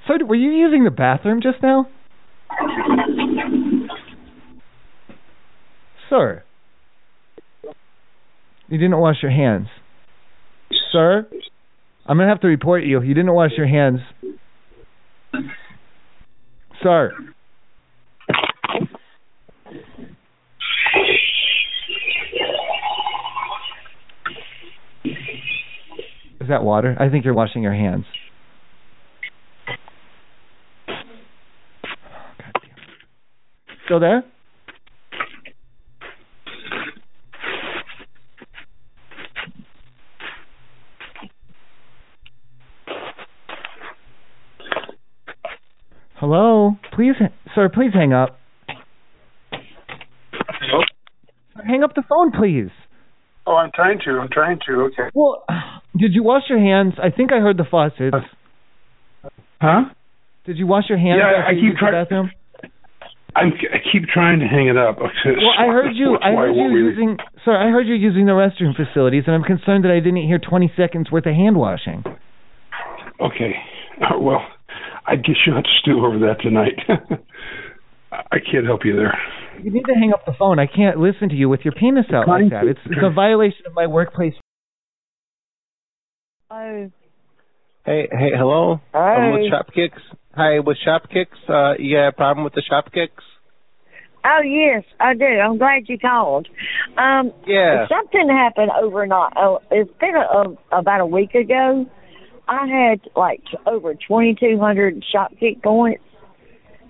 S2: Sir, were you using the bathroom just now? Sir, you didn't wash your hands. Sir, I'm gonna have to report you. You didn't wash your hands. Sir. Is that water? I think you're washing your hands. God damn. Still there? Hello? Please, sir, please hang up.
S9: Hello?
S2: Hang up the phone, please.
S9: Oh, I'm trying to. I'm trying to. Okay.
S2: Well, did you wash your hands? I think I heard the faucets.
S9: Huh?
S2: Did you wash your hands
S9: Yeah, I-
S2: after
S9: I
S2: you
S9: keep
S2: used the
S9: try-
S2: bathroom?
S9: I'm, I keep trying to hang it up.
S2: Well, I heard you. I heard you using. Sir, I heard you using the restroom facilities, and I'm concerned that I didn't hear 20 seconds worth of hand washing.
S9: Okay. Uh, Well, I guess you'll have to stew over that tonight. I can't help you there.
S2: You need to hang up the phone. I can't listen to you with your penis out
S9: Trying
S2: like
S9: to-
S2: that. It's, it's a violation of my workplace.
S12: Hi.
S5: Hey, hey, hello. I'm with Shopkicks. Hi, with Shopkicks. Uh, you got a problem with the Shopkicks?
S13: Oh yes, I do. I'm glad you called. Um,
S5: Yeah.
S13: something happened overnight. Oh, it's been a, a, about a week ago. I had like over 2,200 shot kick points,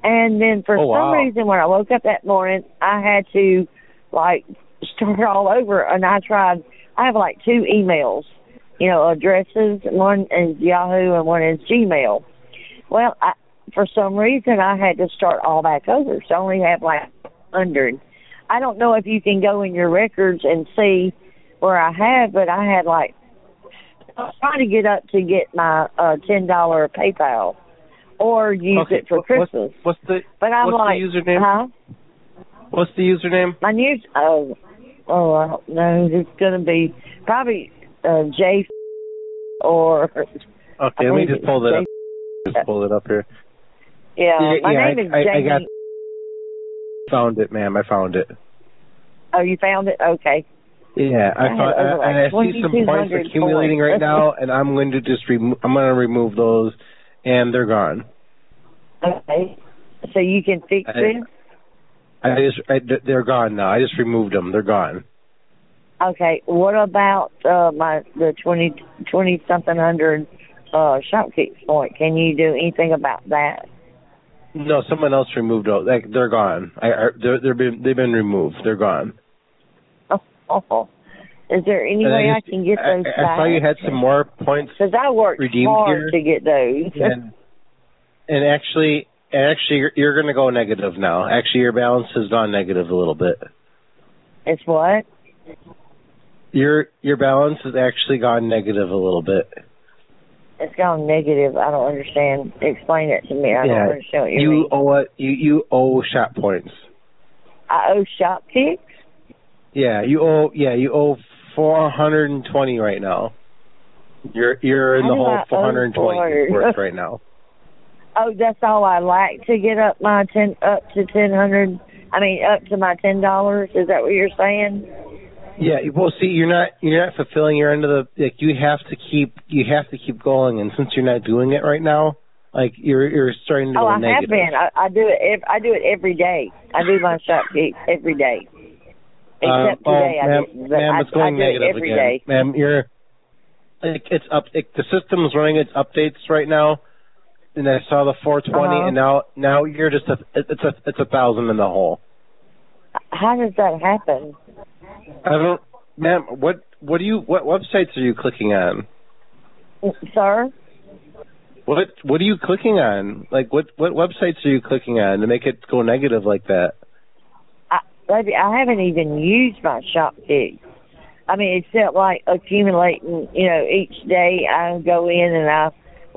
S13: and then for
S5: Oh,
S13: some
S5: wow.
S13: reason, when I woke up that morning, I had to like start all over, and I tried. I have like two emails, you know, addresses. One is Yahoo, and one is Gmail. Well, I, for some reason, I had to start all back over. So I only have like 100. I don't know if you can go in your records and see where I have, but I had like I was trying to get up to get my uh ten dollar PayPal or use
S5: Okay,
S13: it for
S5: what- what's-
S13: Christmas.
S5: What's the
S13: But I'm
S5: what's
S13: like,
S5: the username?
S13: huh?
S5: What's the username?
S13: My news. Oh, oh, I don't know. It's gonna be probably uh, J or I
S5: Okay, let me
S13: believe
S5: just
S13: it's
S5: pull that up.
S13: Jason.
S5: Just pull it up here.
S13: yeah.
S5: Yeah,
S13: My
S5: yeah, I-
S13: name is
S5: I- I
S13: Jamie.
S5: got- Found it, ma'am. I found it.
S13: oh, you found it? Okay.
S5: Yeah, I
S13: I
S5: found,
S13: had
S5: and
S13: over,
S5: I
S13: like,
S5: see some points
S13: 2200
S5: accumulating
S13: points.
S5: right now, and I'm going to just remove. I'm going to remove those, and they're gone.
S13: Okay. So you can fix
S5: I-
S13: it.
S5: I just, I, they're gone now. I just removed them. They're gone.
S13: Okay. What about uh my the twenty twenty something hundred uh shopkeep point? Can you do anything about that?
S5: No, someone else removed those. Like they're gone. I, I they're, they're been, they've been removed. They're gone.
S13: awful. Is there any
S5: And I
S13: way I,
S5: just-
S13: can get
S5: Uh, I,
S13: those back?
S5: I saw you had some more points
S13: Because I worked
S5: redeemed
S13: hard
S5: here.
S13: to get those.
S5: and and actually and actually you're, you're going to go negative now. Actually, your balance has gone negative a little bit.
S13: It's what?
S5: Your your balance has actually gone negative a little bit.
S13: It's gone negative. I don't understand. Explain it to me. I
S5: yeah,
S13: don't understand what you,
S5: you
S13: mean.
S5: owe it. You you owe shot points.
S13: I owe shop picks.
S5: Yeah, you owe yeah you owe four hundred and twenty right now. You're you're in
S13: How
S5: the
S13: do
S5: whole
S13: I owe
S5: four hundred and twenty
S13: 400?
S5: worth right now.
S13: Oh, that's all I like to get up my ten up to ten hundred. I mean, up to my ten dollars. Is that what you're saying?
S5: Yeah, you- well, see, you're not you're not fulfilling your end of the like. You have to keep you have to keep going, and since you're not doing it right now, like you're you're starting to
S13: oh,
S5: go
S13: I have
S5: negative.
S13: been. I, I do it. Ev- I do it every day. I do my shop picks every day.
S5: Uh,
S13: Except
S5: oh,
S13: today, I
S5: ma'am,
S13: didn't. but
S5: ma'am,
S13: I,
S5: it's going
S13: I do
S5: negative
S13: it every
S5: again,
S13: day.
S5: ma'am. You're like it's up. It, the system's running its updates right now, and I saw the 420,
S13: Uh-huh.
S5: and now now you're just a it's a it's a thousand in the hole.
S13: How does that happen?
S5: I don't, ma'am. What what do you what websites are you clicking on?
S13: Sir,
S5: What what are you clicking on? Like what what websites are you clicking on to make it go negative like that?
S13: I, baby, I haven't even used my shop picks. I mean, except like accumulating, you know, each day I go in and I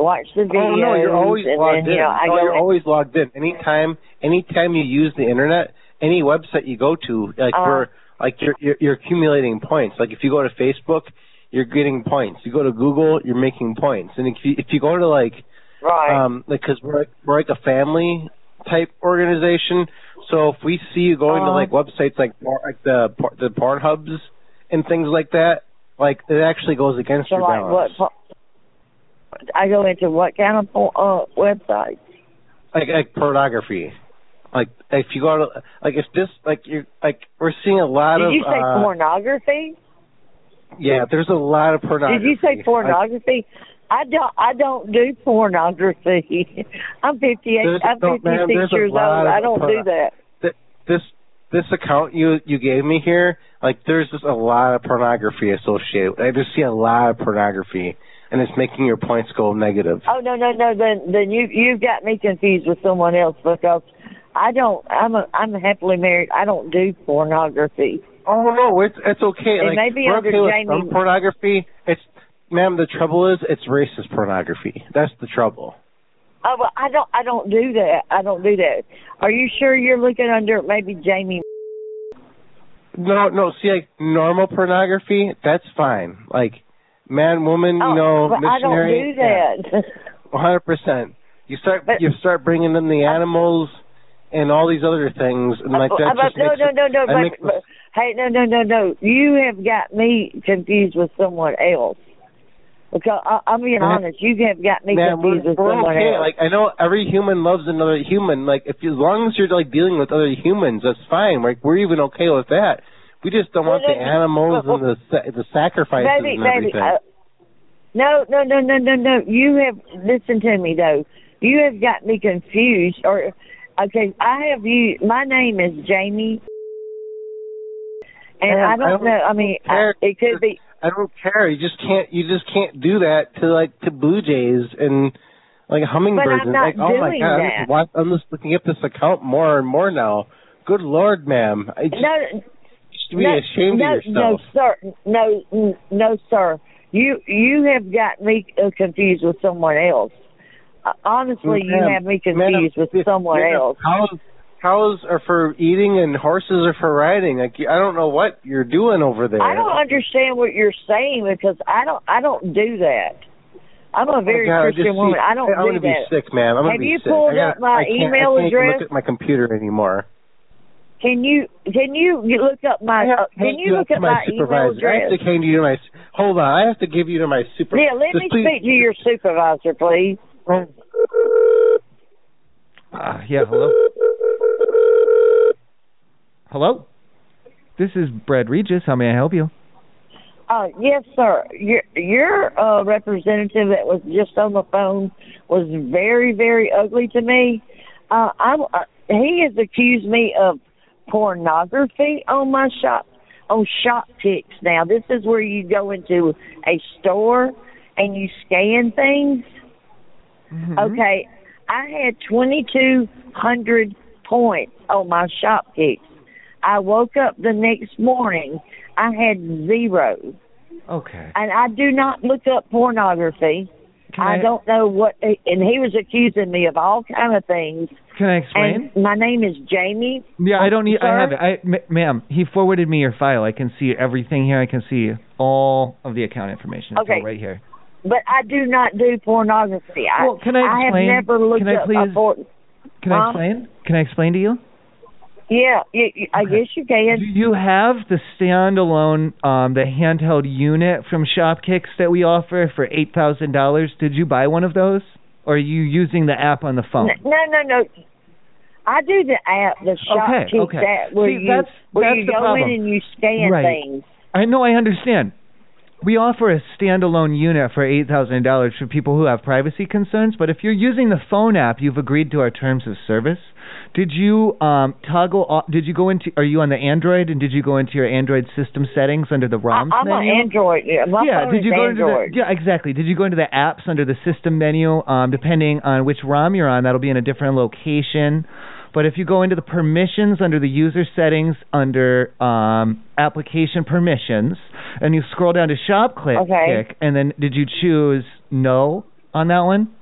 S13: watch the videos.
S5: Oh no, you're always
S13: and
S5: logged
S13: then, you
S5: in.
S13: know, I
S5: no,
S13: go
S5: you're
S13: in-
S5: always logged in. Anytime, anytime you use the internet, any website you go to, like
S13: Uh-huh.
S5: we're like you're, you're you're accumulating points. Like if you go to Facebook, you're getting points. You go to Google, you're making points. And if you if you go to like
S13: right.
S5: um like because we're like, we're like a family type organization, so if we see you going to
S13: Uh-huh.
S5: like websites like por- like the por- the porn hubs and things like that, like it actually goes against
S13: So
S5: your
S13: like
S5: balance.
S13: what? po- I go into what kind of po- uh, website?
S5: like like pornography. Like if you go to like if this like you like we're seeing a lot
S13: Did
S5: of
S13: you say
S5: uh,
S13: pornography?
S5: yeah, there's a lot of
S13: Did
S5: pornography.
S13: you say pornography? I don't. I don't do pornography. I'm 58.
S5: There's-
S13: I'm
S5: no,
S13: 56
S5: ma'am, there's a
S13: years old.
S5: lot of
S13: I don't do
S5: porno-
S13: that.
S5: Like, th- this this account you you gave me here, like there's just a lot of pornography associated. I just see a lot of pornography, and it's making your points go negative.
S13: Oh no no no! Then then you you've got me confused with someone else because I don't. I'm a, I'm happily married. I don't do pornography.
S5: Oh no, it's it's okay.
S13: It
S5: like
S13: may be
S5: we're
S13: under
S5: okay with
S13: Jamie-
S5: some pornography. It's ma'am, the trouble is it's racist pornography. That's the trouble.
S13: Oh well, I don't I don't do that. I don't do that. Are you sure you're looking under maybe Jamie?
S5: No, no. See, like normal pornography, that's fine. Like man, woman,
S13: Oh,
S5: you know,
S13: but I don't
S5: missionary.
S13: do that.
S5: One hundred percent. You start,
S13: But-
S5: you start bringing in the animals and all these other things, and like that
S13: But- Uh,
S5: just
S13: no
S5: makes
S13: no
S5: it-
S13: no no.
S5: that
S13: But,
S5: makes it-
S13: but- hey no no no no! You have got me confused with someone else. Because I, I'm being
S5: Ma'am-
S13: honest, you have got me
S5: Man, we're,
S13: confused with
S5: we're
S13: someone
S5: okay.
S13: else.
S5: Like I know every human loves another human. Like if you- as long as you're like dealing with other humans, that's fine. Like we're even okay with that. We just don't
S13: Well,
S5: want the
S13: then-
S5: animals and the sa- the sacrifices
S13: Baby,
S5: and
S13: baby,
S5: everything.
S13: uh, no, no, no, no, no, no. You have listen to me though. You have got me confused. Or okay, I have you. My name is Jamie, and
S5: Ma'am,
S13: I don't,
S5: I don't
S13: know. I mean, I,
S5: care.
S13: it could be.
S5: I don't care. You just can't. You just can't do that to like to blue jays and like hummingbirds.
S13: I'm
S5: and
S13: not
S5: like, oh my
S13: doing
S5: god,
S13: that.
S5: I'm, just, wa- I'm just looking at this account more and more now. Good lord, ma'am. I just,
S13: No,
S5: you should be
S13: no,
S5: ashamed
S13: no,
S5: of yourself.
S13: no, sir. No, n- no, sir. You you have got me uh, confused with someone else. Uh, honestly, you
S5: Ma'am,
S13: have me
S5: Ma'am,
S13: confused with
S5: if-
S13: someone
S5: ma'am,
S13: else.
S5: Cows, cows are for eating and horses are for riding. Like I don't know what you're doing over there.
S13: I don't understand what you're saying because I don't I don't do that. I'm a very
S5: oh my God, I just
S13: Christian
S5: see-
S13: woman. I don't
S5: I'm
S13: do
S5: gonna be
S13: that.
S5: sick, ma'am. I'm gonna
S13: Have
S5: be
S13: you
S5: sick.
S13: pulled
S5: I gotta-
S13: up my
S5: I can't-
S13: email
S5: I can't even
S13: address?
S5: Look at my computer anymore.
S13: Can you can you you look up my
S5: I
S13: uh,
S5: have to
S13: can
S5: hand
S13: you
S5: up
S13: look
S5: to
S13: up my email
S5: supervisor. I have
S13: address?
S5: to hand you to my. Hold on, I have to give you to my super.
S13: Yeah, let
S5: just
S13: me
S5: please-
S13: speak to your supervisor, please.
S2: Uh, yeah, hello. Hello? This is Brad Regis. How may I help you?
S13: Uh, yes, sir. Your your uh, representative that was just on the phone was very very ugly to me. Uh, I uh, he has accused me of pornography on my shop on shop ticks now. This is where you go into a store and you scan things. Okay, I had 2,200 points on my shop ticks. I woke up the next morning, I had zero.
S2: Okay.
S13: And I do not look up pornography. I, don't know what, and he was accusing me of all kind of things.
S2: Can I explain?
S13: And my name is Jamie.
S2: yeah, I don't need.
S13: Sir?
S2: I have it. I, ma- ma'am, he forwarded me your file. I can see everything here. I can see all of the account information. It's all
S13: Okay.
S2: right here.
S13: But I do not do pornography.
S2: Well, can I explain-
S13: have never looked
S2: can I
S13: up a
S2: please-
S13: porn.
S2: Can I
S13: Huh?
S2: explain? Can I explain to you?
S13: Yeah, you, you, I guess you can.
S2: Do you have the standalone, um, the handheld unit from Shopkicks that we offer for eight thousand dollars? Did you buy one of those, or are you using the app on the phone?
S13: N- No, no, no. I do the app, the shop
S2: Okay,
S13: kick
S2: okay.
S13: that where
S2: See,
S13: you
S2: that's-
S13: where
S2: that's
S13: you
S2: the
S13: go in
S2: problem.
S13: and you scan
S2: Right.
S13: things.
S2: I know. I understand. We offer a standalone unit for eight thousand dollars for people who have privacy concerns. But if you're using the phone app, you've agreed to our terms of service. Did you um, toggle? o- Did you go into? Are you on the Android? And did you go into your Android system settings under the ROMs
S13: I'm on
S2: menu?
S13: Android. Yeah, my
S2: yeah.
S13: phone
S2: Did
S13: is
S2: you go
S13: Android.
S2: into the? Yeah, exactly. Did you go into the apps under the system menu? Um, depending on which ROM you're on, that'll be in a different location. But if you go into the permissions under the user settings under um, application permissions, and you scroll down to shop click,
S13: Okay.
S2: click, and then did you choose no on that one?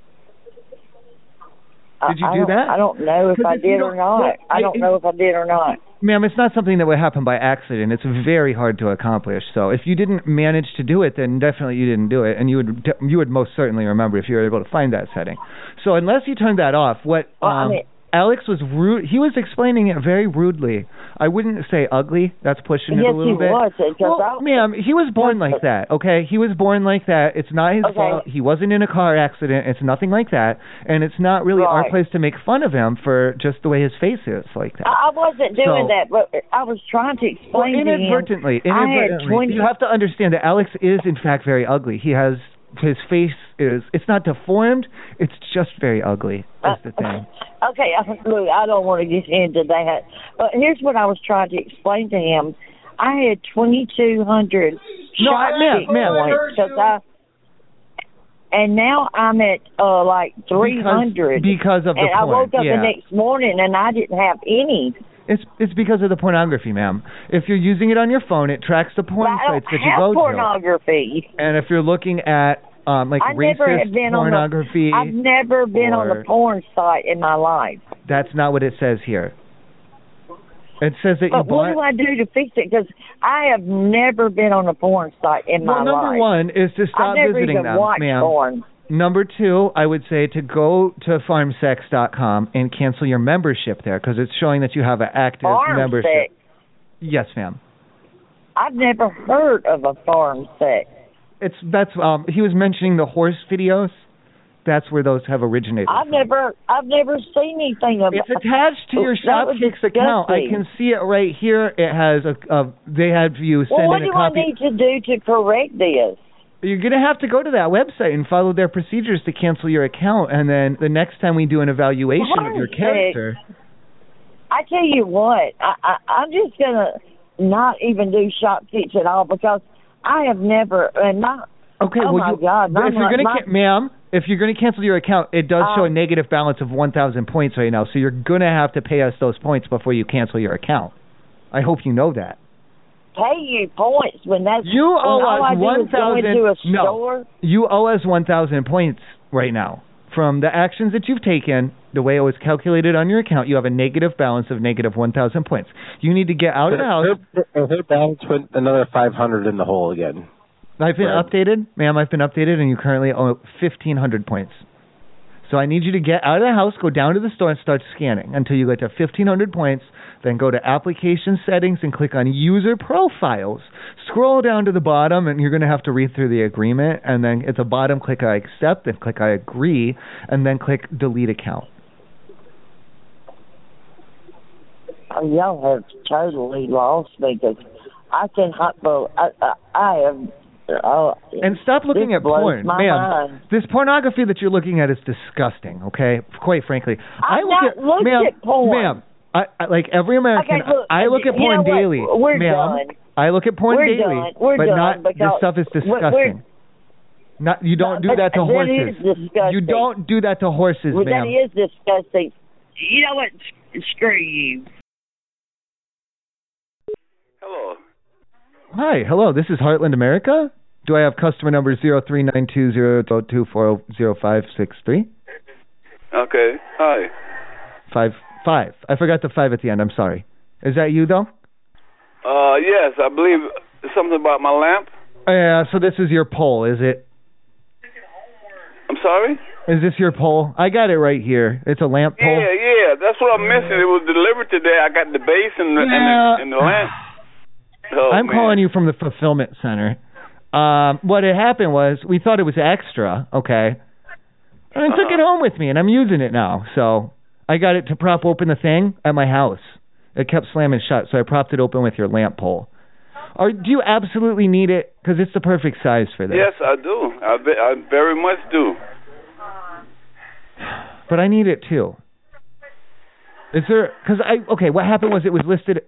S13: I-
S2: Did you
S13: Uh, I
S2: do
S13: don't-
S2: that?
S13: I don't know if
S2: 'Cause
S13: I
S2: if you
S13: did
S2: don't-
S13: or not.
S2: well,
S13: I
S2: it-
S13: don't
S2: it-
S13: know if I did or not.
S2: Ma'am, it's not something that would happen by accident. It's very hard to accomplish. So if you didn't manage to do it, then definitely you didn't do it, and you would de- you would most certainly remember if you were able to find that setting. So unless you turned that off, what
S13: Well, I
S2: um,
S13: mean-
S2: Alex was rude. He was explaining it very rudely. I wouldn't say ugly. That's pushing it
S13: yes,
S2: a little
S13: he
S2: bit.
S13: was. Because
S2: Well,
S13: I,
S2: ma'am, he was born like that. Okay, he was born like that. It's not his
S13: Okay.
S2: fault. He wasn't in a car accident. It's nothing like that, and it's not really our
S13: Right.
S2: place to make fun of him for just the way his face is like that.
S13: I I wasn't
S2: So-
S13: doing that, but I was trying to
S2: Well,
S13: explain to him.
S2: inadvertently,
S13: I had
S2: inadvertently.
S13: 20
S2: You have to understand that Alex is in fact very ugly. He has his face is it's not deformed, it's just very ugly. That's
S13: Uh,
S2: the thing.
S13: Okay, I- look, I don't want to get into that, but here's what I was trying to explain to him. I had 2,200
S2: No, I-
S13: shot
S2: ma'am,
S13: kick
S2: ma'am.
S13: points 'cause I, and now I'm at uh, like 300.
S2: Because, because of the
S13: and I
S2: porn.
S13: woke up
S2: yeah.
S13: the next morning and I didn't have any.
S2: It's it's because of the pornography, ma'am. If you're using it on your phone, it tracks the porn
S13: I don't
S2: sites that you
S13: have
S2: go
S13: pornography.
S2: to. And if you're looking at um like
S13: I
S2: racist
S13: never have been on the-
S2: pornography,
S13: I've never been on
S2: or-
S13: a porn site in my life.
S2: that's not what it says here. It says that you
S13: But what
S2: bought
S13: do I do to fix it? Because I have never been on a porn site in my
S2: Well, number
S13: life.
S2: one is to
S13: I
S2: stop
S13: never
S2: visiting
S13: even
S2: them,
S13: watched
S2: ma'am.
S13: porn.
S2: Number two, I would say to go to farmsex.com and cancel your membership there because it's showing that you have an active
S13: Farm
S2: membership.
S13: sex.
S2: Yes, ma'am.
S13: I've never heard of a farm sex.
S2: It's that's um he was mentioning the horse videos. That's where those have originated.
S13: I've never, I've never seen anything of
S2: it's attached to your
S13: That was
S2: Shopkicks account. I
S13: disgusting.
S2: can see it right here. It has a, a they had you send
S13: Well, what
S2: in
S13: do
S2: a
S13: I
S2: copy.
S13: need to do to correct this?
S2: You're going to have to go to that website and follow their procedures to cancel your account and then the next time we do an evaluation of your
S13: Horse sex.
S2: character.
S13: I tell you what, I, I, I'm just gonna not even do shop teach at all because I have never, and my,
S2: Okay,
S13: oh
S2: well,
S13: my
S2: you,
S13: God,
S2: But
S13: my,
S2: if you're gonna,
S13: my,
S2: ca- ma'am, if you're gonna cancel your account, it does show a
S13: Um,
S2: negative balance of 1,000 points right now. So you're gonna have to pay us those points before you cancel your account. I hope you know that.
S13: pay you points when that's
S2: You
S13: when
S2: owe
S13: all I
S2: us
S13: do is go
S2: 1,000
S13: into a
S2: no.
S13: store.
S2: You owe us 1,000 points right now from the actions that you've taken. The way it was calculated on your account, you have a negative balance of negative 1,000 points. You need to get
S5: Oh,
S2: out of the house.
S5: Her, her, her balance went another 500 in the hole again.
S2: I've been
S5: Right.
S2: updated, ma'am. I've been updated, and you currently owe fifteen hundred points. So I need you to get out of the house, go down to the store, and start scanning until you get to fifteen hundred points. Then go to application settings and click on user profiles. Scroll down to the bottom, and you're going to have to read through the agreement. And then at the bottom, click I accept, then click I agree, and then click delete account.
S13: Oh, y'all have totally lost me because I cannot believe I, I, I am. Oh,
S2: And stop looking
S13: this
S2: at
S13: blows
S2: porn,
S13: my
S2: ma'am.
S13: mind.
S2: This pornography that you're looking at is disgusting. Okay, quite frankly,
S13: I've
S2: look
S13: not
S2: at
S13: looked
S2: ma'am,
S13: at porn.
S2: ma'am. I, I like every American.
S13: Okay, look,
S2: I look at
S13: you know what?
S2: porn daily,
S13: We're
S2: ma'am.
S13: done.
S2: I look at porn
S13: We're
S2: daily,
S13: done. We're
S2: but
S13: done
S2: not this
S13: because
S2: stuff is
S13: we're- we're-
S2: disgusting. Not you don't do
S13: but
S2: that
S13: that
S2: to
S13: is
S2: horses. You
S13: disgusting.
S2: don't do that to horses,
S13: Well,
S2: ma'am.
S13: that is disgusting. You know what? S- Screw you.
S1: Hello.
S2: Hi, hello. This is Heartland America. Do I have customer number zero three nine two zero two four zero five six three
S1: Okay. Hi.
S2: five five? I forgot the five at the end. I'm sorry. Is that you though?
S1: Uh, yes, I believe something about my lamp.
S2: Yeah. So this is your poll, is it?
S1: I'm sorry.
S2: Is this your poll? I got it right here. It's a lamp poll.
S1: Yeah, yeah, that's what I'm missing. It was delivered today. I got the base and the
S2: Yeah.
S1: and the, and the lamp. Oh,
S2: I'm
S1: man.
S2: calling you from the fulfillment center. Um, what had happened was we thought it was extra, okay? And I took
S1: Uh-huh.
S2: it home with me, and I'm using it now. So I got it to prop open the thing at my house. It kept slamming shut, so I propped it open with your lamp pole. Or do you absolutely need it? Because it's the perfect size for this.
S1: Yes, I do. I ve- I very much do.
S2: But I need it too. Is there? Because I okay. What happened was it was listed.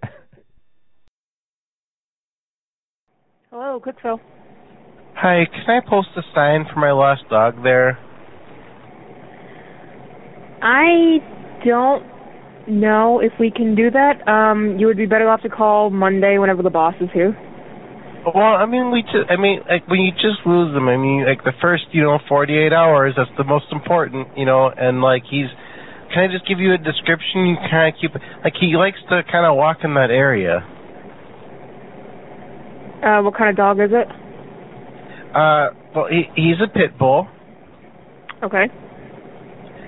S14: Hello, good Phil.
S5: Hi, can I post a sign for my lost dog there?
S14: I don't know if we can do that. Um, you would be better off to call Monday whenever the boss is here.
S5: Well, I mean, we just, I mean, like when you just lose them, I mean, like the first, you know, 48 hours, that's the most important, you know, and like he's, can I just give you a description? You kind of keep, like he likes to kind of walk in that area.
S14: Uh, what kind of dog is it?
S5: Uh, well, he, he's a pit bull.
S14: Okay.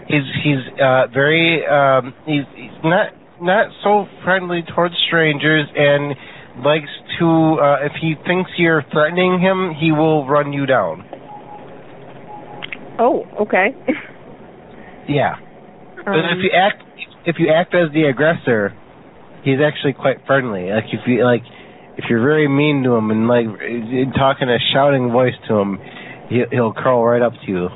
S5: He's, he's, uh, very, um, he's, he's not, not so friendly towards strangers and likes to, uh, if he thinks you're threatening him, he will run you down.
S14: Oh, okay.
S5: Yeah. But if
S14: Um,
S5: you act if you act as the aggressor, he's actually quite friendly. Like if you like if you're very mean to him and like talking a shouting voice to him, he, he'll curl right up to you.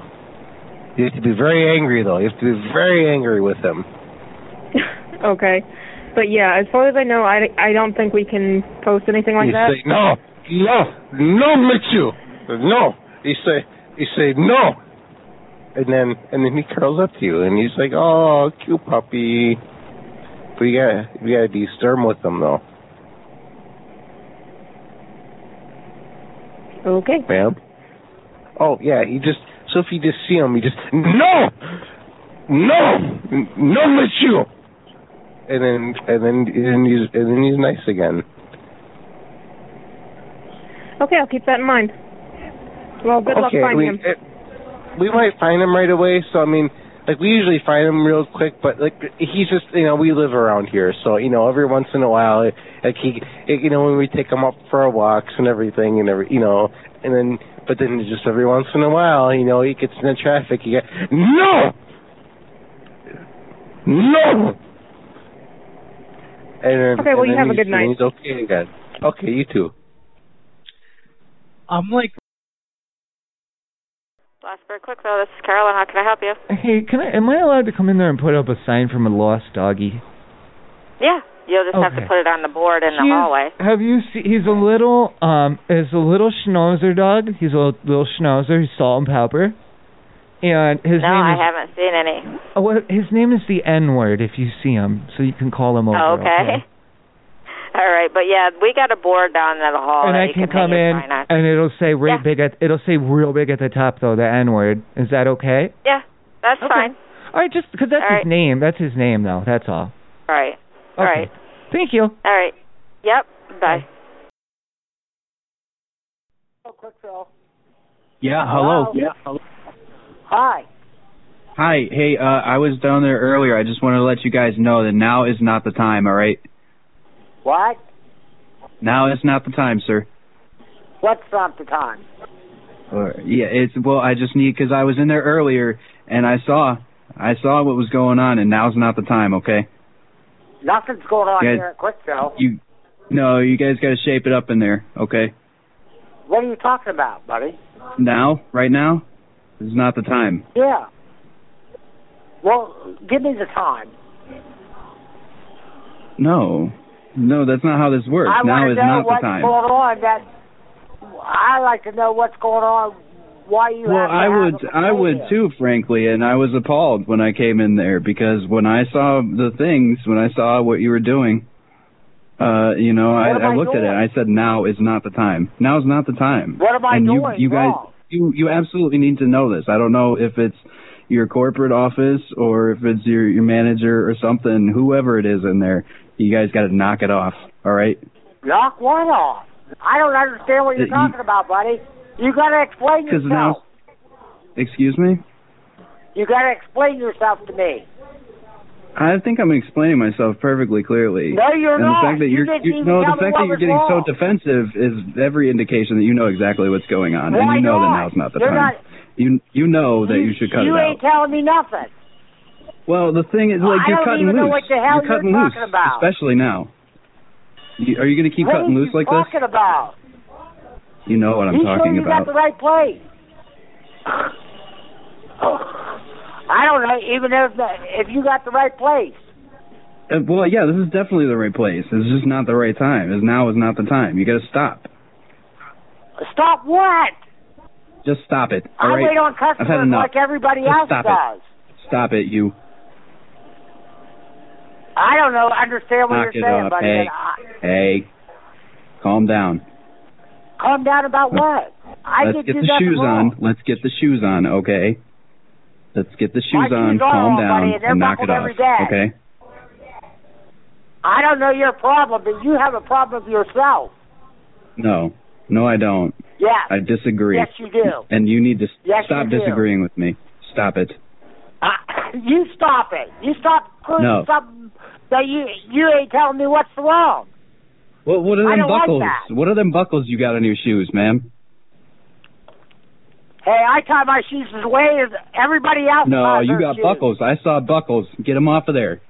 S5: You have to be very angry though. You have to be very angry with him.
S14: okay. But yeah, as far as I know, I, I don't think we can post anything like
S5: you
S14: that.
S5: say no, no, no, Mitsu, no. You say you say no, and then and then he curls up to you and he's like, oh, cute puppy. But you gotta you gotta be stern with him though.
S14: Okay.
S5: ma'am. Oh yeah, you just so if you just see him, you just no, no, N- no, Mitsu, and then and then and he's and then he's nice again.
S14: Okay, I'll keep that in mind. Well, good luck
S5: okay, I
S14: finding
S5: mean,
S14: him.
S5: it- we might find him right away. So I mean, like we usually find him real quick, but like he's just you know we live around here, so you know every once in a while, like he you know when we take him up for our walks and everything and every you know and then but then just every once in a while, you know he gets in the traffic, he gets no, no. And,
S14: Okay, well,
S5: and
S14: you
S5: then
S14: have a
S5: he's-
S14: good night.
S5: He's okay again. Okay, you too.
S15: I'm like. Glassburg Quickville, this is Carolyn. How can I help you?
S2: Hey, can I? Am I allowed to come in there and put up a sign from a lost doggy?
S15: Yeah, you'll just have to
S2: Okay.
S15: put it on the board in the
S2: He's-
S15: hallway.
S2: Have you seen? He's a little um, is a little schnauzer dog. He's a little, little schnauzer. He's salt and pepper, and his
S15: no,
S2: name
S15: I
S2: is.
S15: haven't seen any.
S2: Oh, well, his name is the N word. If you see him, so you can call him over.
S15: Oh, okay. All right, but yeah, we got a board down in the hall.
S2: And
S15: that
S2: I
S15: Oh, you
S2: can
S15: can
S2: come
S15: hang
S2: in,
S15: your sign on.
S2: and it'll say right big at it'll say real big at the top though the N word. Is that okay?
S15: Yeah, that's fine.
S2: All right, just because that's
S15: All
S2: his name. That's his name though. That's all.
S15: All right. All
S2: Okay.
S15: right.
S2: Thank you.
S15: All right. Yep. Bye.
S16: Yeah, hello.
S17: Yeah.
S16: Hi. Hi. Hey, uh, I was down there earlier. I just wanted to let you guys know that now is not the time, all right?
S17: What?
S16: Now is not the time, sir.
S17: What's not the time?
S16: Or, yeah, it's well, I just need cuz I was in there earlier and I saw I saw what was going on and now's not the time, okay?
S17: Nothing's going on
S16: Yeah.
S17: here at Quickville.
S16: You No, you guys got to shape it up in there, okay?
S17: What are you talking about, buddy?
S16: Now, right now is not the time.
S17: Yeah. Well, give me the time.
S16: No. No, that's not how this works.
S17: I
S16: now
S17: wanna
S16: is
S17: know
S16: not
S17: what's
S16: the time.
S17: going on. That I like to know what's going on. Why you
S16: Well,
S17: have to
S16: I
S17: have
S16: would,
S17: a
S16: I would
S17: complaint.
S16: too, frankly, and I was appalled when I came in there because when I saw the things, when I saw what you were doing, uh, you know, I,
S17: What am
S16: I
S17: I
S16: looked at it. and I said, "Now is not the time. Now is not the time."
S17: What am I
S16: and you,
S17: doing
S16: you guys,
S17: wrong?
S16: you, you absolutely need to know this. I don't know if it's your corporate office or if it's your your manager or something, whoever it is in there. You guys got to knock it off. All right.
S17: Knock what off? I don't understand what you're
S16: Uh, you-
S17: talking about, buddy. You gotta explain
S16: Because
S17: yourself.
S16: now, excuse me.
S17: You gotta explain yourself to me.
S16: I think I'm explaining myself perfectly clearly.
S17: No, you're
S16: and
S17: not.
S16: The fact that
S17: You
S16: you're,
S17: didn't even
S16: no,
S17: tell
S16: the
S17: me
S16: fact
S17: what
S16: that you're
S17: was
S16: getting
S17: wrong.
S16: so defensive is every indication that you know exactly what's going on, and
S17: Why
S16: you know that
S17: not?
S16: now's not the
S17: You're
S16: time.
S17: not-
S16: You you know that you should cut
S17: you
S16: it out.
S17: ain't telling me nothing.
S16: Well, the thing is, like
S17: I
S16: you're
S17: don't
S16: cutting
S17: even know
S16: loose.
S17: what the hell
S16: you're cutting
S17: you're
S16: loose,
S17: talking about.
S16: especially now. You, are you going to keep
S17: what
S16: cutting
S17: are
S16: loose
S17: you
S16: like this?
S17: talking about?
S16: You know what I'm
S17: you
S16: talking
S17: sure you
S16: about.
S17: got the right place? I don't know, even if if you got the right place.
S16: Uh, well, yeah, this is definitely the right place. It's just not the right time. Is now is not the time. You got to stop.
S17: Stop what?
S16: Just stop it.
S17: I
S16: All right.
S17: wait on
S16: I've had
S17: customers
S16: enough.
S17: like everybody
S16: Just
S17: else
S16: stop it.
S17: does.
S16: Stop it, you.
S17: I don't know, understand what
S16: Knock
S17: you're
S16: it
S17: saying,
S16: off,
S17: buddy.
S16: hey.
S17: and I-
S16: Hey, calm down.
S17: Calm down about what? I
S16: Let's
S17: did
S16: get
S17: do
S16: the
S17: nothing
S16: shoes
S17: wrong.
S16: on. Let's get the shoes on, okay? Let's get the
S17: My
S16: shoes on.
S17: shoes are
S16: Calm
S17: on, buddy,
S16: down
S17: and they're
S16: and knock it
S17: buckled
S16: off,
S17: every day.
S16: okay?
S17: I don't know your problem, but you have a problem with yourself.
S16: No, no, I don't.
S17: Yes.
S16: I disagree.
S17: Yes, you do.
S16: And you need to s-
S17: Yes,
S16: stop
S17: you do.
S16: disagreeing with me. Stop it.
S17: I, you stop it. You stop putting
S16: No.
S17: something that you you ain't telling me what's wrong.
S16: What what
S17: I
S16: are them
S17: don't like
S16: buckles?
S17: that.
S16: what are them buckles you got on your shoes, ma'am?
S17: Hey, I tie my shoes as way as everybody else.
S16: No,
S17: ties
S16: you
S17: their
S16: got
S17: shoes.
S16: buckles. I saw buckles. Get them off of there.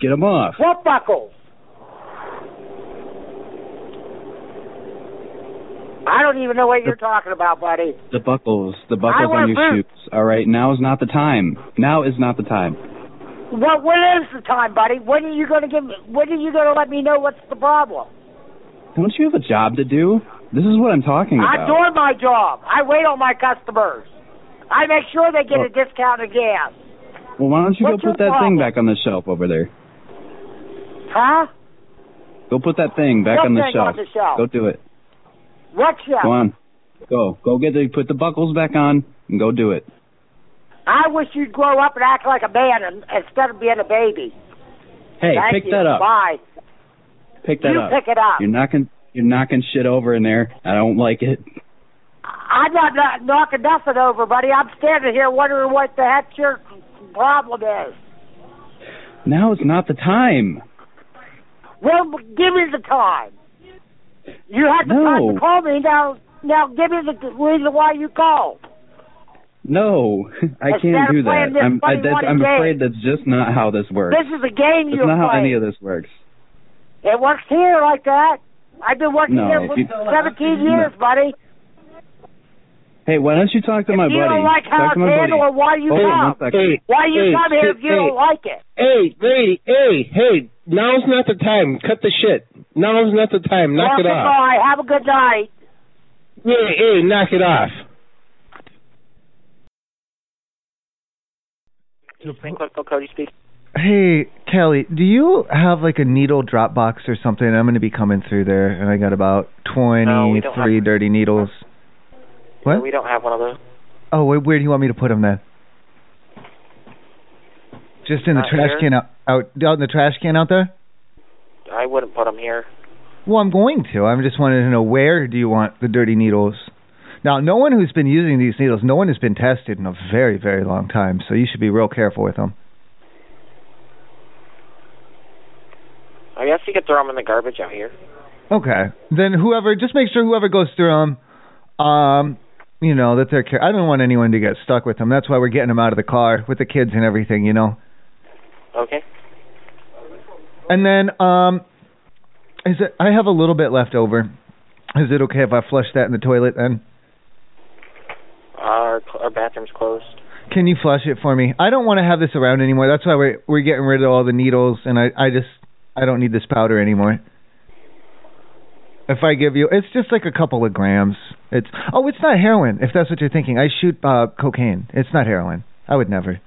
S16: Get them off.
S17: What buckles? I don't even know what you're talking about, buddy.
S16: The buckles. The
S17: I
S16: buckles
S17: wear
S16: on your
S17: boots.
S16: shoes. All right, now is not the time. Now is not the time.
S17: Well, when is the time, buddy? When are you gonna give me? When are you gonna let me know what's the problem?
S16: Don't you have a job to do? This is what I'm talking about.
S17: I'm doing my job. I wait on my customers. I make sure they get a
S16: Well-
S17: discount of gas.
S16: Well, why don't you
S17: What's
S16: go
S17: your
S16: put that
S17: problem?
S16: thing back on the shelf over there?
S17: Huh?
S16: Go put that thing back
S17: What
S16: on the
S17: thing
S16: shelf.
S17: on the shelf?
S16: Go do it.
S17: What show?
S16: Go on. Go. Go get the put the buckles back on and go do it.
S17: I wish you'd grow up and act like a man and, instead of being a baby.
S16: Hey,
S17: Thank
S16: pick
S17: you.
S16: that up.
S17: Bye.
S16: Pick that
S17: you
S16: up.
S17: pick it up.
S16: You're knocking you're knocking shit over in there. I don't like it.
S17: I'm not, not knocking nothing over, buddy. I'm standing here wondering what the heck your problem is.
S16: Now is not the time.
S17: Well, give me the time. You had the time
S16: No.
S17: to call me. Now, now give me the reason why you called.
S16: No, I
S17: Instead
S16: can't
S17: of
S16: do
S17: playing
S16: that.
S17: this
S16: I'm
S17: funny
S16: that's,
S17: money
S16: I'm
S17: game.
S16: afraid that's just not how this works.
S17: This is a game
S16: That's
S17: you're
S16: not how
S17: playing.
S16: any of this works.
S17: It works here like that. I've been working
S16: No,
S17: here
S16: if
S17: for
S16: you-
S17: 17 years, buddy.
S16: Hey, why don't you talk to my
S17: if you
S16: buddy?
S17: don't like how
S16: talk
S17: it's
S16: to my buddy.
S17: handled, why you
S16: Hold on
S17: come?
S16: one second.
S17: Why you
S18: hey,
S17: come here if
S18: hey,
S17: you don't
S18: hey.
S17: like it?
S18: Hey, lady, hey, hey, now's not the time. Cut the shit. Now's not the time. Knock
S17: well,
S18: it off.
S17: goodbye. Have a good night.
S18: Yeah, hey, knock it off.
S6: Frank Clark, Bill Cody speaking.
S2: Hey, Kelly, do you have like a needle drop box or something? I'm going to be coming through there, and I got about
S6: No, we
S2: 23
S6: don't
S2: dirty needles. What?
S6: No, we don't have one of those.
S2: Oh, where, where do you want me to put them then? Just in the
S6: Out
S2: trash
S6: here?
S2: can out, out out in the trash can out there?
S6: I wouldn't put them here.
S2: Well, I'm going to. I'm just wanting to know where do you want the dirty needles? Now, no one who's been using these needles, no one has been tested in a very, very long time, so you should be real careful with them.
S6: I guess you could throw them in the garbage out here.
S2: Okay. Then whoever, just make sure whoever goes through them, um, you know that they're. Care- I don't want anyone to get stuck with them. That's why we're getting them out of the car with the kids and everything, you know.
S6: Okay.
S2: And then, um, is it? I have a little bit left over. Is it okay if I flush that in the toilet then?
S6: Our our bathroom's closed.
S2: Can you flush it for me? I don't want to have this around anymore. That's why we're we're getting rid of all the needles, and I I just I don't need this powder anymore. If I give you, it's just like a couple of grams. It's oh, it's not heroin. If that's what you're thinking, I shoot uh, cocaine. It's not heroin. I would never.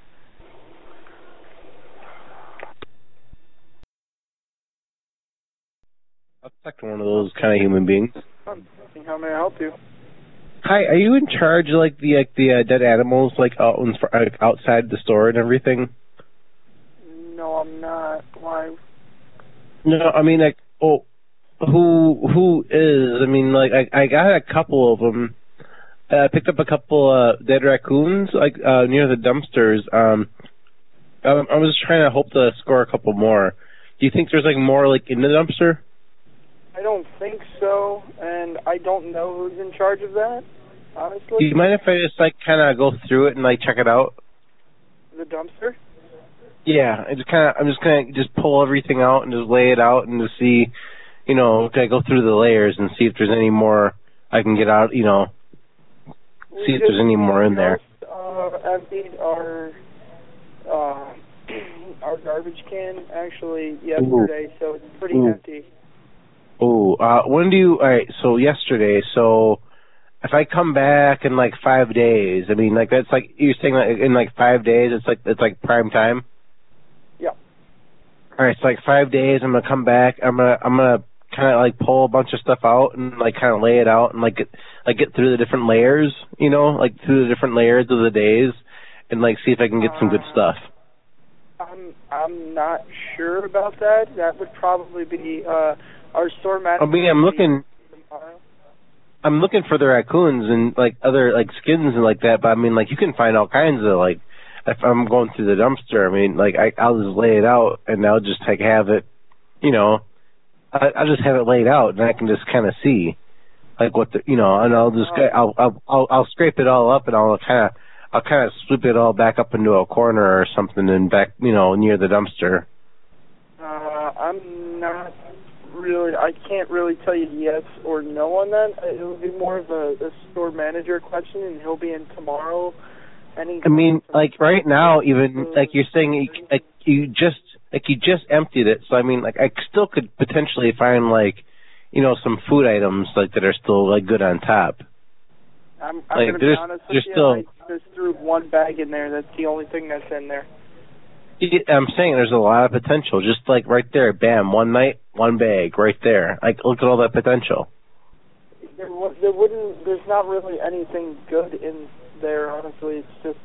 S5: I've sucked one of those kind of human beings.
S3: How may I help you?
S5: Hi, are you in charge of, like the like the uh, dead animals like out in, fr- like, outside the store and everything?
S3: No, I'm not. Why?
S5: No, I mean like oh, who who is? I mean like I I got a couple of them. Uh, I picked up a couple uh, dead raccoons like uh, near the dumpsters. Um, I, I was trying to hope to score a couple more. Do you think there's like more like in the dumpster?
S3: I don't think so, and I don't know who's in charge of that. Honestly,
S5: Do you mind if I just like kind of go through it and like check it out?
S3: the dumpster.
S5: Yeah, I just kind of I'm just gonna just pull everything out and just lay it out and just see, you know, can I go through the layers and see if there's any more I can get out, you know, see if there's any more in there.
S3: Uh, emptied our uh, our garbage can actually yesterday, so it's pretty
S5: Ooh.
S3: empty.
S5: Oh, uh, when do you? All right, so yesterday. So if I come back in like five days, I mean, like that's like you're saying like in like five days, it's like it's like prime time.
S3: Yeah.
S5: All right, so like five days, I'm gonna come back. I'm gonna I'm gonna kind of like pull a bunch of stuff out and like kind of lay it out and like get, like get through the different layers, you know, like through the different layers of the days, and like see if I can get some good stuff.
S3: I'm I'm not sure about that. That would probably be uh, our store manager.
S5: I mean, I'm looking.
S3: tomorrow.
S5: I'm looking for the raccoons and like other like skins and like that, but I mean like you can find all kinds of like if I'm going through the dumpster, I mean like I I'll just lay it out and I'll just like have it, you know, I I'll just have it laid out and I can just kind of see like what the you know, and I'll just get- I'll I'll I'll, I'll scrape it all up and I'll kind of I'll kind of swoop it all back up into a corner or something and back you know near the dumpster.
S3: Uh, I'm not really. I can't really tell you yes or no on that. It would be more of a, a store manager question, and he'll be in tomorrow. Any.
S5: I mean, like right now, even like you're saying, you- like you just like you just emptied it. So I mean, like I still could potentially find like, you know, some food items like that are still like good on top.
S3: I'm, I'm
S5: like,
S3: gonna
S5: there's-
S3: be honest with
S5: there's
S3: you.
S5: still-
S3: I just threw one bag in there. That's the only thing that's in there.
S5: You get- I'm saying there's a lot of potential. Just like right there, bam, one night, one bag, right there. Like look at all that potential.
S3: There, wa- there wouldn't. There's not really anything good in there. Honestly, it's just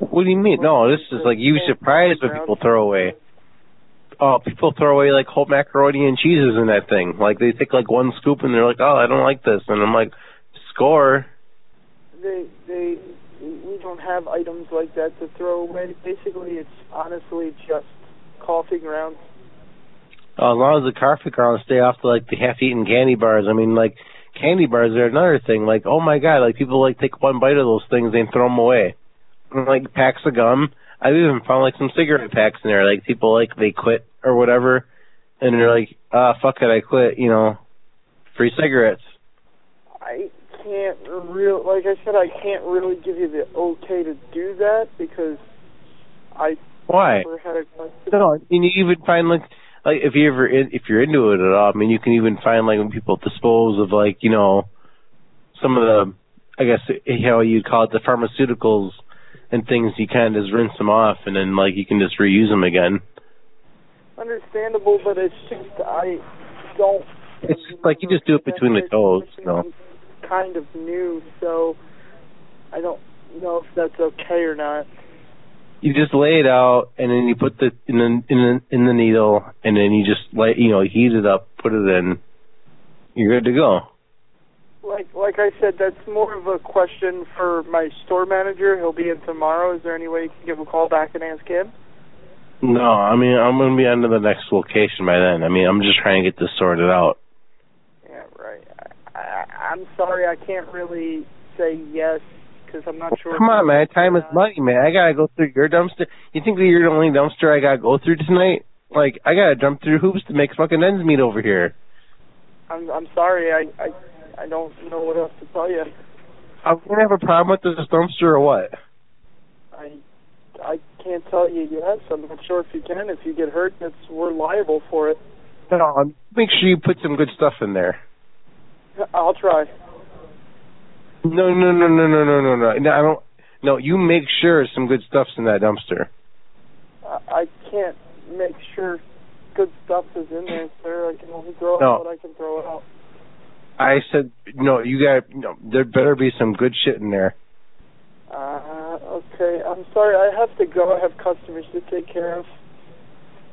S5: What do you mean? No, this is like you surprised what people throw away. Oh, people throw away like whole macaroni and cheeses in that thing. Like they take like one scoop and they're like, "Oh, I don't like this," and I'm like, "Score."
S3: they they we don't have items like that to throw away. Basically, it's honestly just coffee grounds.
S5: Uh, as long as the coffee grounds stay off the like the half-eaten candy bars. I mean, like candy bars are another thing. Like, oh my god, like people like take one bite of those things and throw them away. And, like packs of gum. I've even found like some cigarette packs in there. Like people like they quit or whatever, and they're like, ah, fuck it, I quit. You know, free cigarettes.
S3: I can't real like I said I can't really give you the okay to do that because I
S5: Why?
S3: never had a
S5: No, I mean you even find like like if you ever in, if you're into it at all, I mean you can even find like when people dispose of like you know some of the I guess you know you'd call it the pharmaceuticals and things you kind of just rinse them off and then like you can just reuse them again.
S3: understandable, but it's just I don't
S5: It's just like you just do it between the toes, you know.
S3: kind of new, so I don't know if that's okay or not.
S5: You just lay it out and then you put the in the in the, in the needle and then you just like you know heat it up, put it in, you're good to go.
S3: Like like I said, that's more of a question for my store manager. He'll be in tomorrow. Is there any way you can give a call back and ask him?
S5: No, I mean I'm gonna be on to the next location by then. I mean I'm just trying to get this sorted out.
S3: Yeah, right. I, I, I'm sorry, I can't really say yes because I'm not sure.
S5: Come on, man. Time is money, man. I gotta go through your dumpster. You think that you're the only dumpster I gotta go through tonight? Like, I gotta jump through hoops to make fucking ends meet over here.
S3: I'm I'm sorry. I I I don't know what else to tell you.
S5: I'm gonna have a problem with this dumpster or what?
S3: I I can't tell you yes. I'm not sure if you can. If you get hurt, that's we're liable for it.
S5: No, I'm, make sure you put some good stuff in there.
S3: I'll try.
S5: No, no, no, no, no, no, no, no. No, I don't. No, you make sure some good stuff's in that dumpster.
S3: I, I can't make sure good stuff is in there, sir. I can only throw
S5: No.
S3: out what I can throw out.
S5: I said, no, you got. No, there better be some good shit in there.
S3: Uh, okay. I'm sorry. I have to go. I have customers to take care of.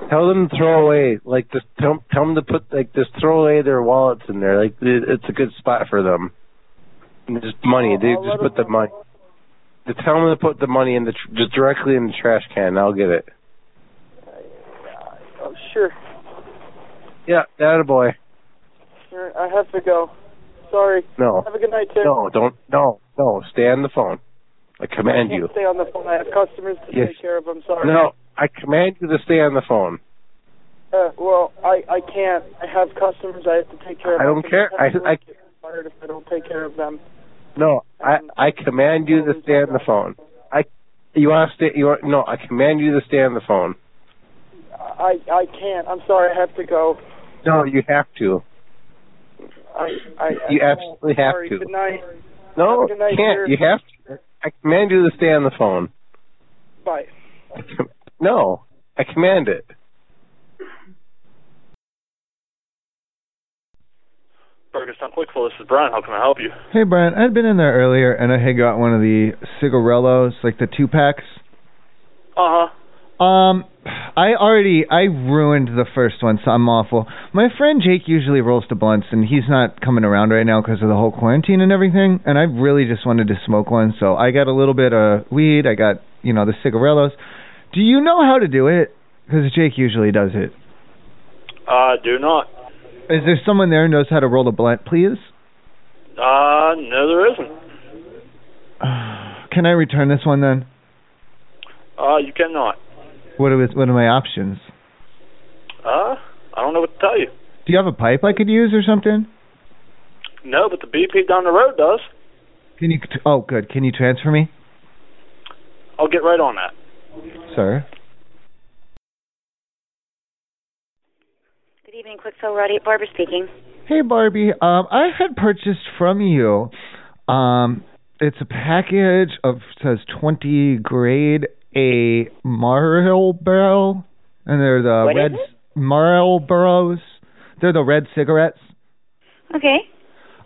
S5: Tell them to throw away, like just tell, tell them to put like just throw away their wallets in there. Like it, it's a good spot for them. And just money. They
S3: I'll
S5: just
S3: let
S5: put the money. To tell them to put the money in the tr- just directly in the trash can. and I'll get it.
S3: Oh, sure.
S5: Yeah, that boy.
S3: Sure. I have to go. Sorry.
S5: No.
S3: Have a good night, Tim.
S5: No, don't. No, no. Stay on the phone. I command
S3: I can't
S5: you.
S3: stay on the phone. I have customers to
S5: Yes.
S3: take care of. I'm sorry.
S5: No, I command you to stay on the phone.
S3: Uh, well, I I can't. I have customers I have to take care of.
S5: I don't care. I-
S3: technically
S5: I-
S3: get fired if I don't take care of them.
S5: No, I I command you to stay on the phone. I you want to stay? You want, no? I command you to stay on the phone.
S3: I I can't. I'm sorry. I have to go.
S5: No, you have to.
S3: I I
S5: You
S3: I,
S5: absolutely have
S3: sorry.
S5: to.
S3: Good night.
S5: No,
S3: Good night,
S5: you can't.
S3: sir.
S5: You have to. I command you to stay on the phone.
S3: Bye.
S5: No, I command it.
S19: Ferguson Quickful, this is Brian. How can I help you?
S2: Hey Brian, I'd been in there earlier and I had got one of the cigarellos, like the two packs.
S19: Uh huh.
S20: Uh-huh.
S2: Um, I already I ruined the first one, so I'm awful. My friend Jake usually rolls the blunts, and he's not coming around right now because of the whole quarantine and everything. And I really just wanted to smoke one, so I got a little bit of weed. I got you know the cigarellos. Do you know how to do it? Because Jake usually does it.
S19: Uh, do not.
S2: Is there someone there who knows how to roll a blunt, please?
S19: Uh, no, there isn't.
S2: Can I return this one then?
S19: Uh, you cannot.
S2: What are what are my options?
S19: Uh, I don't know what to tell you.
S2: Do you have a pipe I could use or something?
S19: No, but the BP down the road does.
S2: Can you? Oh, good. Can you transfer me,
S19: I'll get right on that.
S2: sir?
S21: Good evening, Quickfill Roddy. Barbara speaking.
S2: Hey Barbie, um, I had purchased from you. Um, it's a package of says twenty grade A Marlboro, and they're the
S21: What is
S2: red
S21: it?
S2: Marlboros. They're the red cigarettes.
S21: Okay.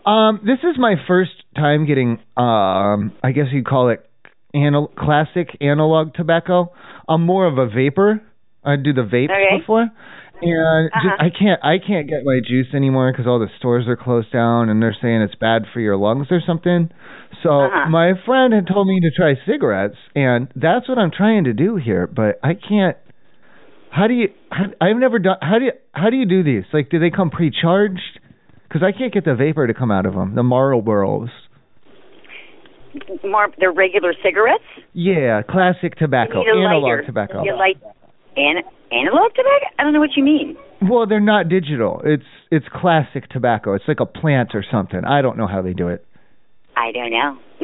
S2: Um, this is my first time getting, um, I guess you'd call it anal- classic analog tobacco. I'm more of a vapor. I do the vapes
S21: Okay.
S2: before, and just, I can't, I can't get my juice anymore because all the stores are closed down, and they're saying it's bad for your lungs or something. So my friend had told me to try cigarettes, and that's what I'm trying to do here, but I can't. How do you? How, I've never done. How do you? How do you do these? Like, do they come pre-charged? Because I can't get the vapor to come out of them. The Marlboros.
S21: Mar- they're regular cigarettes.
S2: Yeah, classic tobacco,
S21: You need a
S2: analog
S21: lighter.
S2: tobacco.
S21: You like an- analog tobacco? I don't know what you mean.
S2: Well, they're not digital. It's it's classic tobacco. It's like a plant or something. I don't know how they do it.
S21: I don't know.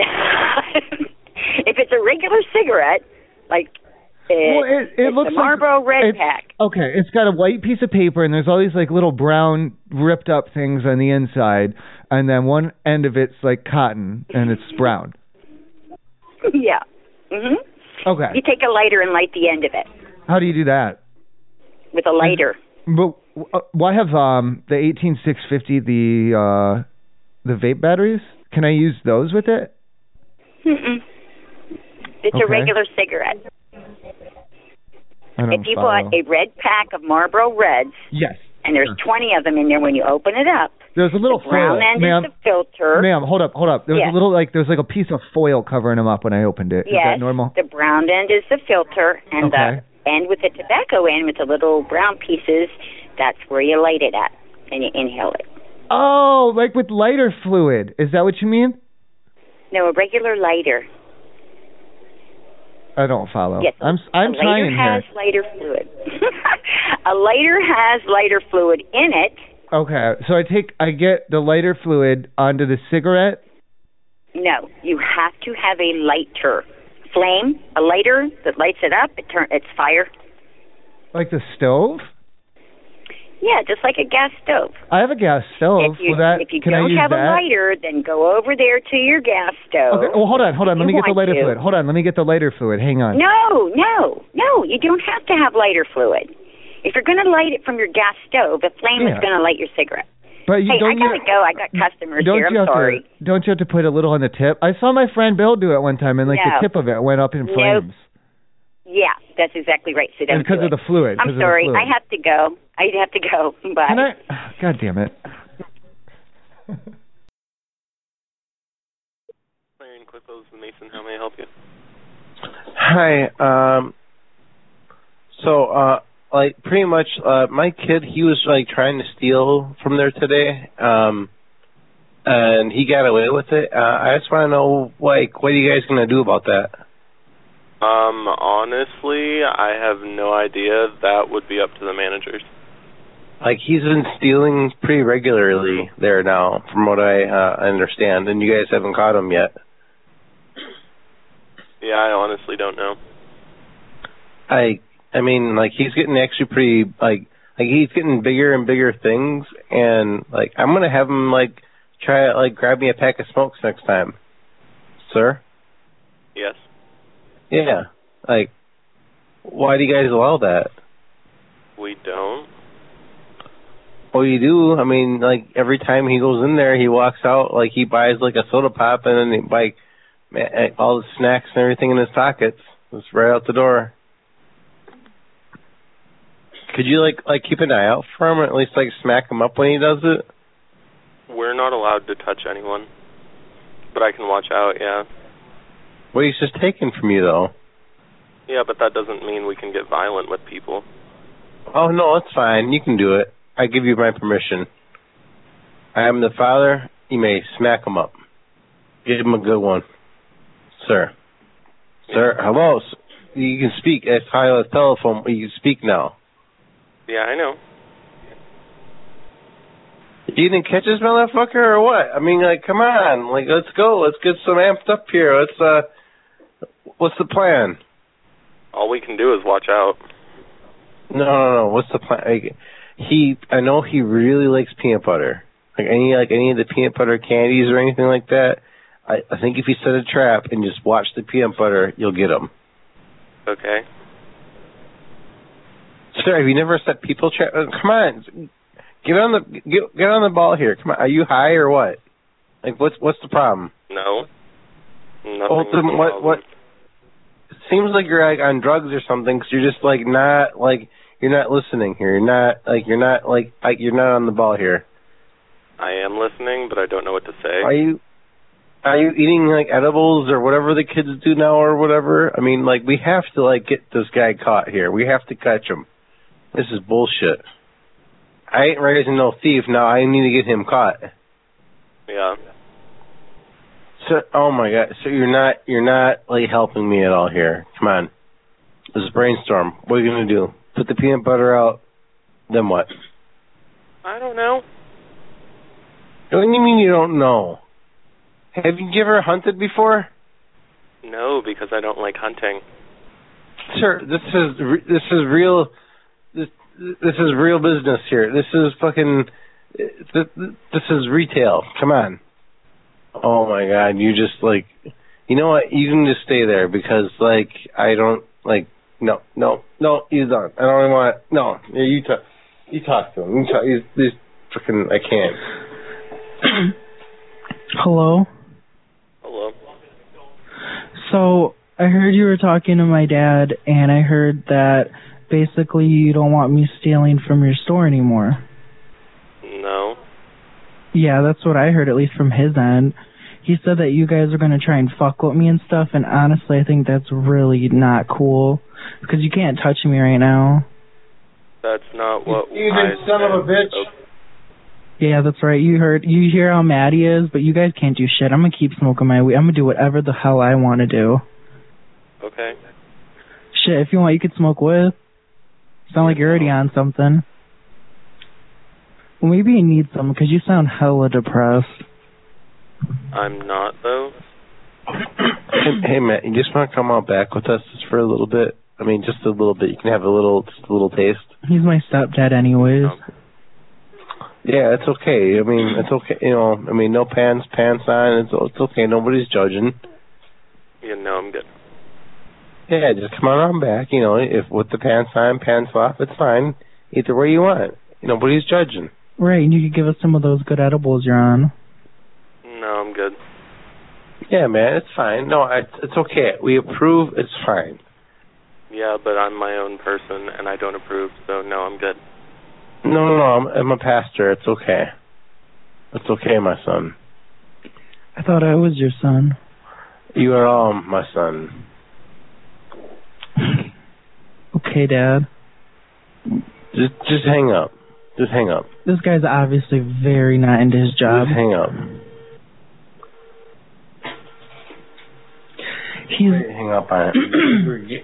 S21: if it's a regular cigarette, like it,
S2: Well, it- it
S21: it's
S2: looks
S21: the
S2: like-
S21: Marlboro Red
S2: it's-
S21: Pack.
S2: Okay, it's got a white piece of paper, and there's all these like little brown ripped up things on the inside, and then one end of it's like cotton, and it's brown.
S21: yeah. Mhm. You
S2: Okay,
S21: take a lighter and light the end of it
S2: how do you do that?
S21: with a
S2: Mm-hmm.
S21: lighter.
S2: But uh, why have um the eighteen six fifty the uh the vape batteries? Can I use those with it?
S21: Mm-mm. It's
S2: Okay.
S21: a regular cigarette.
S2: I don't
S21: If you
S2: follow.
S21: bought a red pack of Marlboro Reds,
S2: yes,
S21: and there's 20 of them in there when you open it up,
S2: there's a little
S21: brown
S2: foil,
S21: end
S2: Oh, ma'am.
S21: is the filter.
S2: Ma'am, hold up, hold up. There was
S21: Yeah.
S2: a little like there was like a piece of foil covering them up when I opened it. Is
S21: Yes.
S2: that normal?
S21: The brown end is the filter, and
S2: okay.
S21: the end with the tobacco end with the little brown pieces, that's where you light it at, and you inhale it.
S2: Oh, like with lighter fluid. Is that what you mean?
S21: No, a regular lighter.
S2: I don't follow.
S21: Yes,
S2: I'm s- I'm
S21: a lighter
S2: trying here.
S21: has lighter fluid. a lighter has lighter fluid in it.
S2: Okay, so I take I get the lighter fluid onto the cigarette.
S21: No, you have to have a lighter flame, a lighter that lights it up. It turn, it's fire.
S2: Like the stove?
S21: Yeah, just like a gas stove.
S2: I have a gas
S21: if
S2: stove.
S21: you,
S2: Will that
S21: if you
S2: can I
S21: don't
S2: use
S21: have
S2: that?
S21: a lighter, then go over there to your gas stove.
S2: Okay. Well, hold on, hold on. Let
S21: you
S2: me get the
S21: want
S2: lighter
S21: to.
S2: fluid. Hold on. Let me get the lighter fluid. Hang on.
S21: No, no, no. You don't have to have lighter fluid. If you're going to light it from your gas stove, the flame is
S2: Yeah.
S21: going to light your cigarette.
S2: But you
S21: hey,
S2: don't
S21: I gotta
S2: you-
S21: go. I got customers
S2: Don't
S21: here. I'm
S2: you have
S21: sorry.
S2: to? Don't you have to put a little on the tip? I saw my friend Bill do it one time, and like
S21: No.
S2: the tip of it went up in
S21: Nope.
S2: flames,
S21: Yeah, that's exactly right. So don't
S2: and because
S21: do it.
S2: of the fluid.
S21: I'm
S2: 'cause
S21: sorry.
S2: Of the
S21: I have to go. I have to go. Bye.
S2: Can I? God damn it.
S19: Marion Clipos and Mason, how may I help you?
S5: Hi. Um. So, uh, like pretty much, uh, my kid, he was like trying to steal from there today. Um, and he got away with it. Uh, I just want to know, like, what are you guys gonna do about that?
S19: Um, honestly, I have no idea. That would be up to the managers.
S5: Like, he's been stealing pretty regularly there now, from what I uh, understand, and you guys haven't caught him yet.
S19: Yeah, I honestly don't know.
S5: I I mean like he's getting actually pretty like like he's getting bigger and bigger things and like I'm gonna have him like try like grab me a pack of smokes next time. Sir?
S19: Yes.
S5: Yeah. Like why do you guys allow that?
S19: We don't.
S5: Well you do. I mean like every time he goes in there he walks out like he buys like a soda pop and then he like ma- all the snacks and everything in his pockets. It's right out the door. Could you like like keep an eye out for him, or at least like smack him up when he does it?
S19: We're not allowed to touch anyone. But I can watch out, yeah.
S5: Well, he's just taking from you, though.
S19: Yeah, but that doesn't mean we can get violent with people.
S5: Oh no, it's fine. You can do it. I give you my permission. I am the father. You may smack him up. Give him a good one, sir. Sir, hello. s- You can speak. It's high on the telephone. You can speak now.
S19: Yeah, I know.
S5: You didn't catch this motherfucker or what? I mean, like, come on. Like, let's go. Let's get some amped up here. Let's uh, what's the plan?
S19: All we can do is watch out.
S5: No, no, no. What's the plan? Like, he, I know he really likes peanut butter. Like any, like any of the peanut butter candies or anything like that. I, I think if you set a trap and just watch the peanut butter, you'll get him.
S19: Okay.
S5: Sir, have you never set people trap? uh, Come on, get on the get get on the ball here. Come on, are you high or what? Like, what's what's the problem?
S19: No. Nothing.
S5: Well, then what what? It seems like you're like on drugs or something 'cause you're just like not like you're not listening here. You're not like you're not like like you're not on the ball here.
S19: I am listening, but I don't know what to say.
S5: Are you are you eating like edibles or whatever the kids do now or whatever? I mean, like we have to like get this guy caught here. We have to catch him. This is bullshit. I ain't raising no thief now. I need to get him caught.
S19: Yeah.
S5: So, oh my god. So you're not you're not like helping me at all here. Come on. This is brainstorm. What are you gonna do? Put the peanut butter out. Then what?
S19: I don't know.
S5: What do you mean you don't know? Have you ever hunted before?
S19: No, because I don't like hunting.
S5: sir, this is re- this is real. This this is real business here. This is fucking. This, this is retail. Come on. Oh my god, you just like, you know what? You can just stay there because like I don't like no no no. He's done. I don't want no. Yeah, you talk. You talk to him. You talk. You, you fucking. I can't.
S22: Hello.
S19: Hello.
S22: So I heard you were talking to my dad, and I heard that basically you don't want me stealing from your store anymore.
S19: No.
S22: Yeah, that's what I heard, at least from his end. He said that you guys are going to try and fuck with me and stuff, and honestly, I think that's really not cool because you can't touch me right now.
S19: That's not what
S5: Even
S19: I
S5: son
S19: said.
S5: of a bitch.
S22: Yeah, that's right. You heard, you hear how mad he is, but you guys can't do shit. I'm gonna keep smoking my weed. I'm gonna do whatever the hell I want to do.
S19: Okay.
S22: Shit, if you want, you could smoke with. Sound like you're already on something. Well, maybe you need some because you sound hella depressed.
S19: I'm not though.
S5: Hey, hey Matt, you just want to come on back with us just for a little bit? I mean, just a little bit. You can have a little, just a little taste.
S22: He's my stepdad, anyways.
S5: Yeah, it's okay. I mean, it's okay. You know, I mean, no pants, pants on. It's it's okay. Nobody's judging.
S19: Yeah, no, I'm good.
S5: Yeah, just come on, on back. You know, if with the pants on, pants off, it's fine. Either way you want. Nobody's judging.
S22: Right, and you could give us some of those good edibles you're on.
S19: No, I'm good.
S5: Yeah, man, it's fine. No, it's it's okay. We approve. It's fine.
S19: Yeah, but I'm my own person and I don't approve, so no, I'm good.
S5: No, no, no. I'm, I'm a pastor. It's okay. It's okay, my son.
S22: I thought I was your son.
S5: You are all my son.
S22: Okay, Dad.
S5: Just just hang up. Just hang up.
S22: This guy's obviously very not into his job.
S5: Just hang up.
S22: He's
S5: Hang up on it.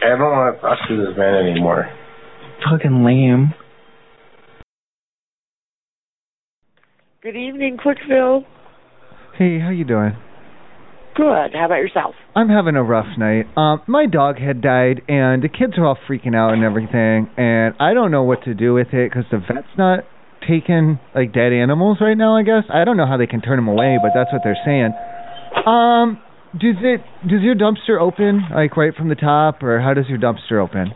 S5: I don't want to talk to this man anymore.
S22: fucking lame.
S23: Good evening, Quickville.
S2: Hey, how you doing?
S23: Good. How about yourself?
S2: I'm having a rough night. Um, my dog had died, and the kids are all freaking out and everything, and I don't know what to do with it because the vet's not taking like dead animals right now. I guess I don't know how they can turn them away, but that's what they're saying. Um, does it does your dumpster open like right from the top, or how does your dumpster open?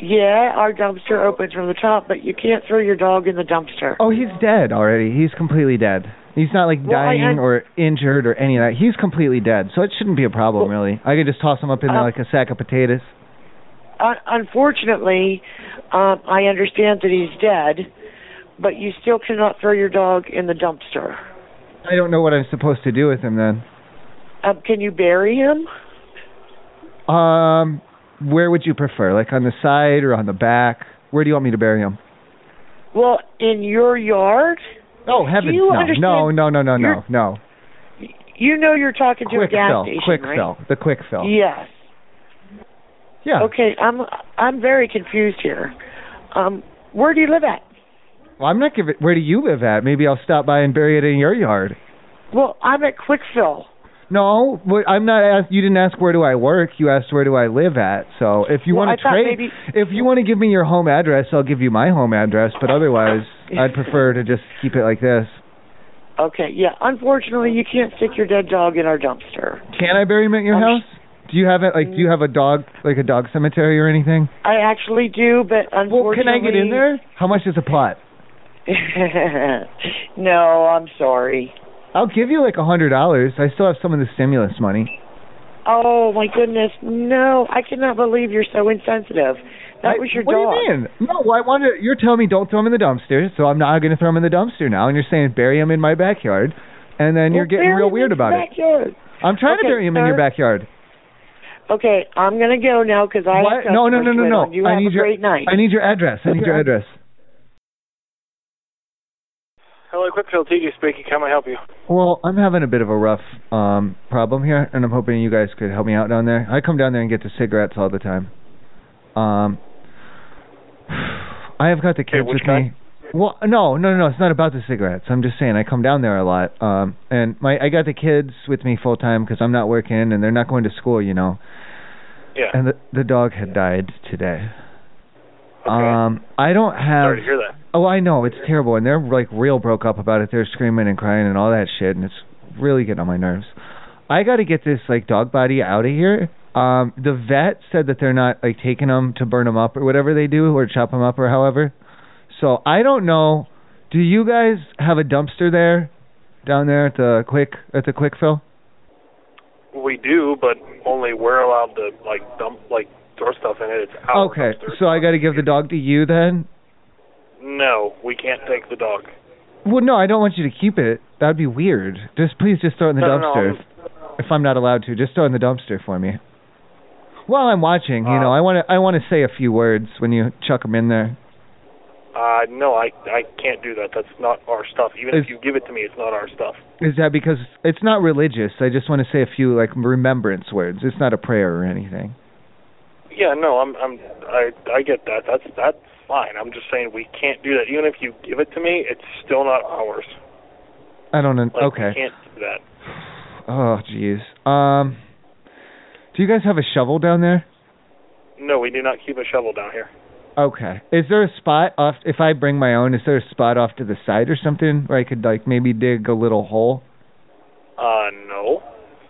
S23: Yeah, our dumpster opens from the top, but you can't throw your dog in the dumpster.
S2: Oh, he's dead already. He's completely dead. He's not like
S23: Well, I
S2: dying
S23: had-
S2: or injured or any of that. He's completely dead, so it shouldn't be a problem really. I could just toss him up in there
S23: Oh.
S2: like a sack of potatoes.
S23: Un unfortunately, um, I understand that he's dead, but you still cannot throw your dog in the dumpster.
S2: I don't know what I'm supposed to do with him then.
S23: Um, can you bury him?
S2: Um, where would you prefer? Like on the side or on the back? Where do you want me to bury him?
S23: Well, in your yard.
S2: Oh heavens,
S23: you
S2: no,
S23: understand-
S2: no, no, no, no, no,
S23: You're-
S2: no.
S23: You know you're talking to
S2: Quick
S23: a gas
S2: fill,
S23: station,
S2: quick
S23: right?
S2: fill, the quick fill.
S23: Yes.
S2: Yeah.
S23: Okay, I'm I'm very confused here. Um, where do you live at?
S2: Well, I'm not giving. Where do you live at? Maybe I'll stop by and bury it in your yard.
S23: Well, I'm at Quickfill.
S2: No, what- I'm not. Ask, you didn't ask where do I work. You asked where do I live at. So if you
S23: Well, I
S2: want to
S23: thought
S2: trade,
S23: maybe-
S2: if you want to give me your home address, I'll give you my home address. But otherwise, I'd prefer to just keep it like this.
S23: Okay, yeah. Unfortunately, you can't stick your dead dog in our dumpster.
S2: Can I bury him at your
S23: Oh,
S2: house? Do you have it? Like, do you have a dog, like a dog cemetery or anything?
S23: I actually do, but unfortunately.
S2: Well, can I get in there? How much is a plot?
S23: no, I'm sorry.
S2: I'll give you like a hundred dollars. I still have some of the stimulus money.
S23: Oh my goodness, no! I cannot believe you're so insensitive. That was your
S2: what
S23: dog.
S2: do you mean? No, I want to. You're telling me don't throw him in the dumpster, so I'm not going to throw him in the dumpster now. And you're saying bury him in my backyard, and then you're getting real weird about it.
S23: it.
S2: I'm trying
S23: Okay,
S2: to bury him in
S23: sir.
S2: your backyard.
S23: Okay, I'm gonna go now because I
S2: What?
S23: have
S2: No, no, no,
S23: customers waiting
S2: no, no.
S23: on You
S2: I
S23: have
S2: need
S23: a
S2: your
S23: great night.
S2: I need your address. I need your address.
S20: Hello, Quickfield. TJ speaking. How may I help you?
S2: Well, I'm having a bit of a rough um problem here, and I'm hoping you guys could help me out down there. I come down there and get the cigarettes all the time. Um, I have got the kids with me. Well, no, no, no, it's not about the cigarettes. I'm just saying I come down there a lot, um, and my I got the kids with me full time because I'm not working and they're not going to school, you know.
S20: Yeah.
S2: And the the dog had died today. Um, I don't have.
S20: Sorry to hear that.
S2: Oh, I know it's terrible, and they're like real broke up about it. They're screaming and crying and all that shit, and it's really getting on my nerves. I got to get this like dog body out of here. Um, the vet said that they're not like taking them to burn them up or whatever they do, or chop them up or however. So I don't know. Do you guys have a dumpster there, down there at the quick at the quick fill?
S20: We do, but only we're allowed to like dump like throw stuff in it. It's out.
S2: okay, so I got to give the dog to you then.
S20: No, we can't take the dog.
S2: Well, no, I don't want you to keep it. That'd be weird. Just please, just throw it in the
S20: No, no, no,
S2: dumpster.
S20: I'm-
S2: if, if I'm not allowed to, just throw it in the dumpster for me. While I'm watching, you know, I want to I want to say a few words when you chuck them in there.
S20: Uh, no, I I can't do that. That's not our stuff. Even if
S2: It's-
S20: you give it to me, it's not our stuff.
S2: Is that because it's not religious? I just want to say a few like remembrance words. It's not a prayer or anything.
S20: Yeah, no, I'm I'm I I get that. That's that's fine. I'm just saying we can't do that. Even if you give it to me, it's still not ours.
S2: I don't know.
S20: Like, We
S2: Okay.
S20: can't do that.
S2: Oh, jeez. Um, do you guys have a shovel down there?
S20: No, we do not keep a shovel down here.
S2: Okay. Is there a spot off? If I bring my own, is there a spot off to the side or something where I could like maybe dig a little hole?
S20: Uh, no,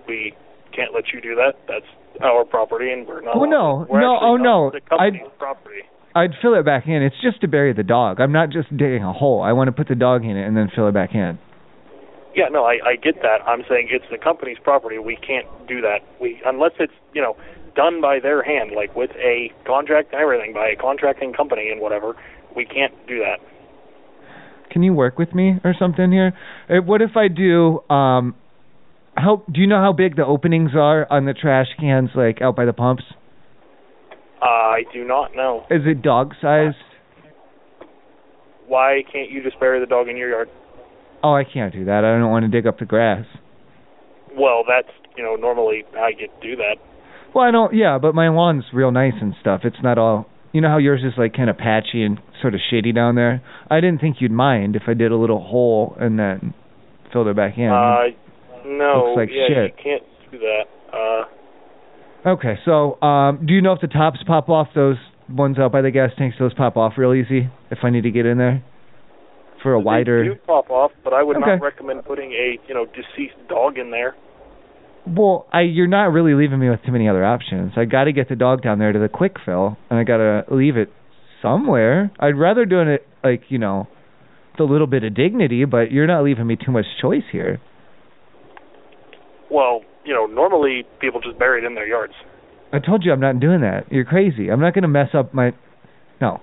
S20: we can't let you do that. That's our property, and we're not.
S2: Oh no,
S20: we're
S2: no,
S20: actually
S2: oh
S20: not
S2: no!
S20: The
S2: I'd
S20: company's property.
S2: I'd fill it back in. It's just to bury the dog. I'm not just digging a hole. I want to put the dog in it and then fill it back in.
S20: Yeah, no, I, I get that. I'm saying it's the company's property. We can't do that. We unless it's you know done by their hand, like with a contract and everything, by a contracting company and whatever. We can't do that.
S2: Can you work with me or something here? Uh, What if I do? Um, how do you know how big the openings are on the trash cans, like out by the pumps?
S20: I do not know.
S2: Is it dog sized?
S20: Why can't you just bury the dog in your yard?
S2: Oh, I can't do that. I don't want to dig up the grass.
S20: Well, that's you know normally I get do that.
S2: Well, I don't. Yeah, but my lawn's real nice and stuff. It's not all. You know how yours is like kind of patchy and sort of shitty down there. I didn't think you'd mind if I did a little hole and then filled it back in.
S20: Uh, no,
S2: Looks like
S20: yeah,
S2: shit.
S20: you can't do that. Uh,
S2: okay, so um, do you know if the tops pop off? Those ones out by the gas tanks, those pop off real easy. If I need to get in there for a wider.
S20: do pop off, but I would
S2: Okay.
S20: not recommend putting a you know deceased dog in there.
S2: Well, I you're not really leaving me with too many other options. I got to get the dog down there to the quick fill, and I got to leave it somewhere. I'd rather doing it like you know, with a little bit of dignity, but you're not leaving me too much choice here.
S20: Well, you know normally people just bury it in their yards.
S2: I told you I'm not doing that. You're crazy. I'm not gonna mess up my. No,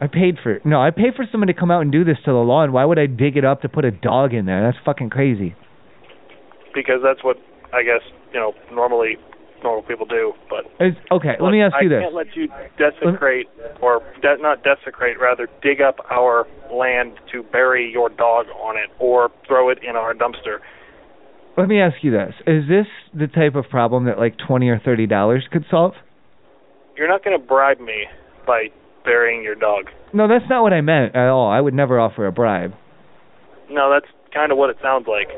S2: I paid for no. I paid for someone to come out and do this to the lawn. Why would I dig it up to put a dog in there? That's fucking crazy.
S20: because that's what I guess you know normally normal people do. But
S2: It's, okay, let me
S20: Look,
S2: ask you
S20: I
S2: this.
S20: can't let you desecrate or de- not desecrate, rather dig up our land to bury your dog on it or throw it in our dumpster.
S2: Let me ask you this: Is this the type of problem that like twenty or thirty dollars could solve?
S20: You're not going to bribe me by burying your dog.
S2: No, that's not what I meant at all. I would never offer a bribe.
S20: No, that's kind of what it sounds like.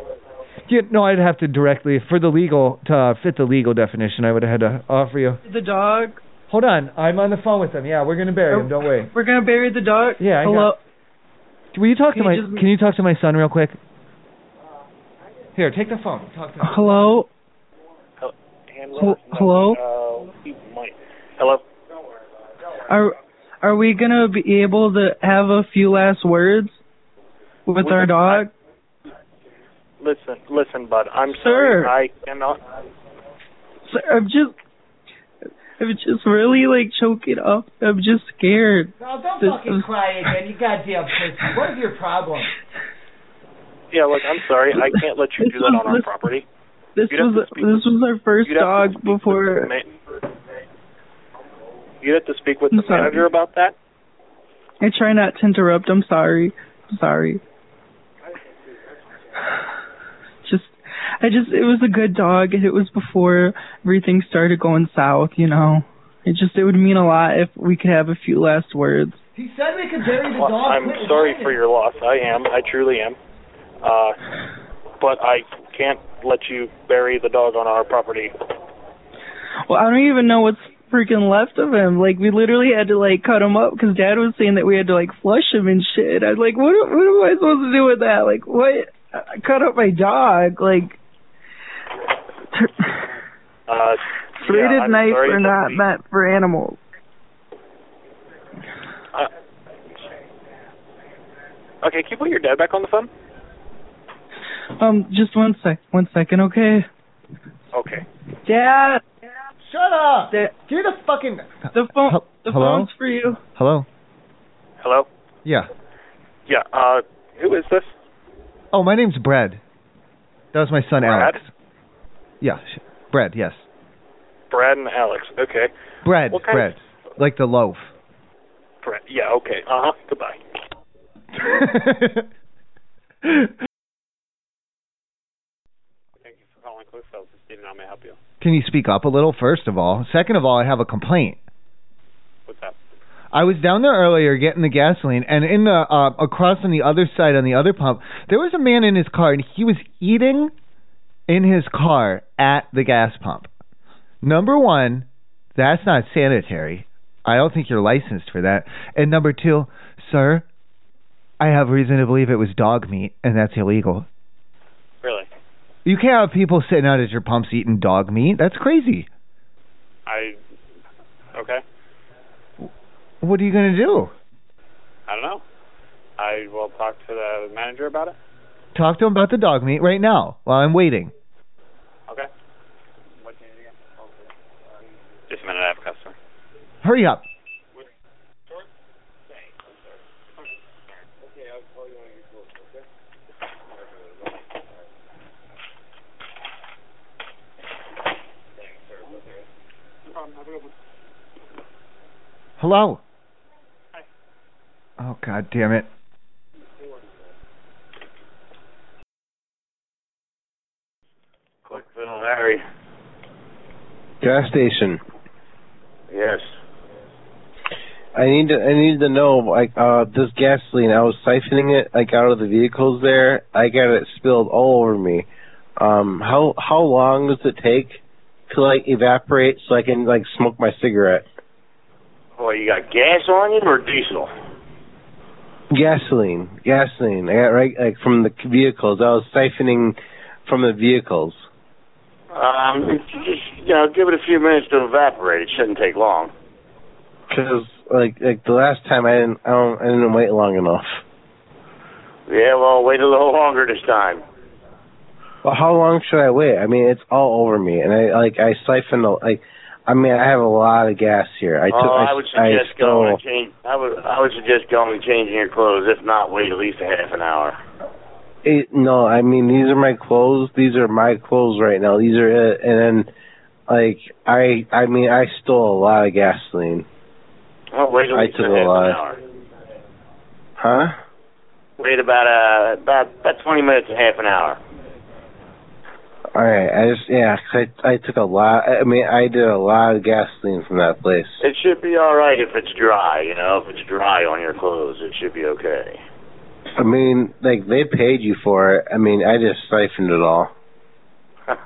S2: Yeah, no, I'd have to directly for the legal to uh, fit the legal definition. I would have had to offer you.
S24: The dog.
S2: Hold on, I'm on the phone with them. Yeah, we're gonna bury him. Don't wait.
S24: We're gonna bury the dog.
S2: Yeah, I
S24: Hello.
S2: got. Will you talk
S24: Can
S2: to my?
S24: you just-
S2: Can you talk to my son real quick? Here, take the phone. Talk to him.
S24: Hello.
S20: Handler?
S24: Hello?
S20: No, he might. Hello.
S24: Are are we gonna be able to have a few last words with
S20: We-
S24: our dog?
S20: Listen, listen, bud. I'm
S24: Sir.
S20: sorry. I cannot.
S24: So I'm just. I'm just really like choking up. I'm just scared.
S25: No, don't
S24: This
S25: fucking
S24: is-
S25: cry again, you goddamn pussy. What is your problem?
S20: Yeah, look, I'm sorry. I can't let you do that on our property.
S24: This
S20: You'd have
S24: was
S20: to speak
S24: this was our first
S20: you'd have to
S24: dog before.
S20: Ma- You'd have to speak with
S24: I'm
S20: the
S24: sorry.
S20: manager about that.
S24: I try not to interrupt. I'm sorry. I'm sorry. Just, I just, it was a good dog, and it was before everything started going south. You know, it just, it would mean a lot if we could have a few last words.
S25: He said we could bury the
S20: Well,
S25: dog.
S20: I'm
S25: Quit
S20: sorry
S25: lying.
S20: for your loss. I am. I truly am. Uh, but I can't let you bury the dog on our property.
S24: Well, I don't even know what's freaking left of him. Like, we literally had to like cut him up because Dad was saying that we had to like flush him and shit. I was like, what, what am I supposed to do with that? Like, what? I cut up my dog, like.
S20: Uh,
S24: Bladed
S20: yeah, I'm
S24: knives
S20: sorry
S24: are
S20: that
S24: not
S20: we-
S24: meant for animals.
S20: Uh, okay, can you put your dad back on the phone?
S24: Um, just one sec, one second, okay?
S20: Okay.
S24: Dad,
S25: Shut up! Give me the fucking.
S24: the phone, the
S2: Hello?
S24: phone's for you.
S2: Hello.
S20: Hello.
S2: Yeah.
S20: Yeah. Uh, who is this?
S2: Oh, my name's Brad. That was my son Alex. Yeah, sh- Brad. Yes,
S20: Brad and Alex. Okay.
S2: bread,
S20: What kind
S2: bread, like the loaf.
S20: Brad. Yeah. Okay. Uh huh. Goodbye.
S26: Thank you for calling Clickfield. This is Steven. How may I help you?
S2: Can you speak up a little? First of all, second of all, I have a complaint.
S26: What's up?
S2: I was down there earlier getting the gasoline, and in the uh, across on the other side on the other pump, there was a man in his car, and he was eating in his car at the gas pump. Number one, that's not sanitary. I don't think you're licensed for that. And number two, sir, I have reason to believe it was dog meat, and that's illegal.
S20: Really?
S2: You can't have people sitting out at your pumps eating dog meat. That's crazy.
S20: I. Okay.
S2: What are you going to do?
S20: I don't know. I will talk to the manager about it.
S2: Talk to him about the dog meat right now while I'm waiting.
S20: Okay. What's your name again? Just a minute, I have a customer.
S2: Hurry up. Hello. Oh god damn it.
S20: Quickville, Larry.
S5: Gas station.
S20: Yes.
S5: I need to I need to know like uh this gasoline. I was siphoning it like out of the vehicles there. I got it spilled all over me. Um how how long does it take to like evaporate so I can like smoke my cigarette?
S20: Well, you got gas on you or diesel?
S5: Gasoline, gasoline. I got right like from the vehicles. I was siphoning from the vehicles.
S20: Um, just, you know, give it a few minutes to evaporate. It shouldn't take long.
S5: Because like like the last time I didn't I, don't, I didn't wait long enough.
S20: Yeah, well, wait a little longer this time.
S5: Well, how long should I wait? I mean, it's all over me, and I like I siphon the like. I mean, I have a lot of gas here. I took.
S20: oh,
S5: I,
S20: I, would suggest
S5: I
S20: going
S5: stole-
S20: and change. I would I would suggest going and changing your clothes. If not, wait at least a half an hour.
S5: It, no, I mean these are my clothes. These are my clothes right now. These are it. And then, like I, I mean, I stole a lot of gasoline.
S20: Well, wait at
S5: I
S20: least a
S5: took a
S20: half
S5: lot.
S20: an hour.
S5: Huh?
S20: Wait about uh about about twenty minutes to half an hour.
S5: All right. I just yeah. 'cause I I took a lot. I mean, I did a lot of gasoline from that place.
S20: It should be all right if it's dry. You know, if it's dry on your clothes, it should be okay.
S5: I mean, like they paid you for it. I mean, I just siphoned it all. Yeah,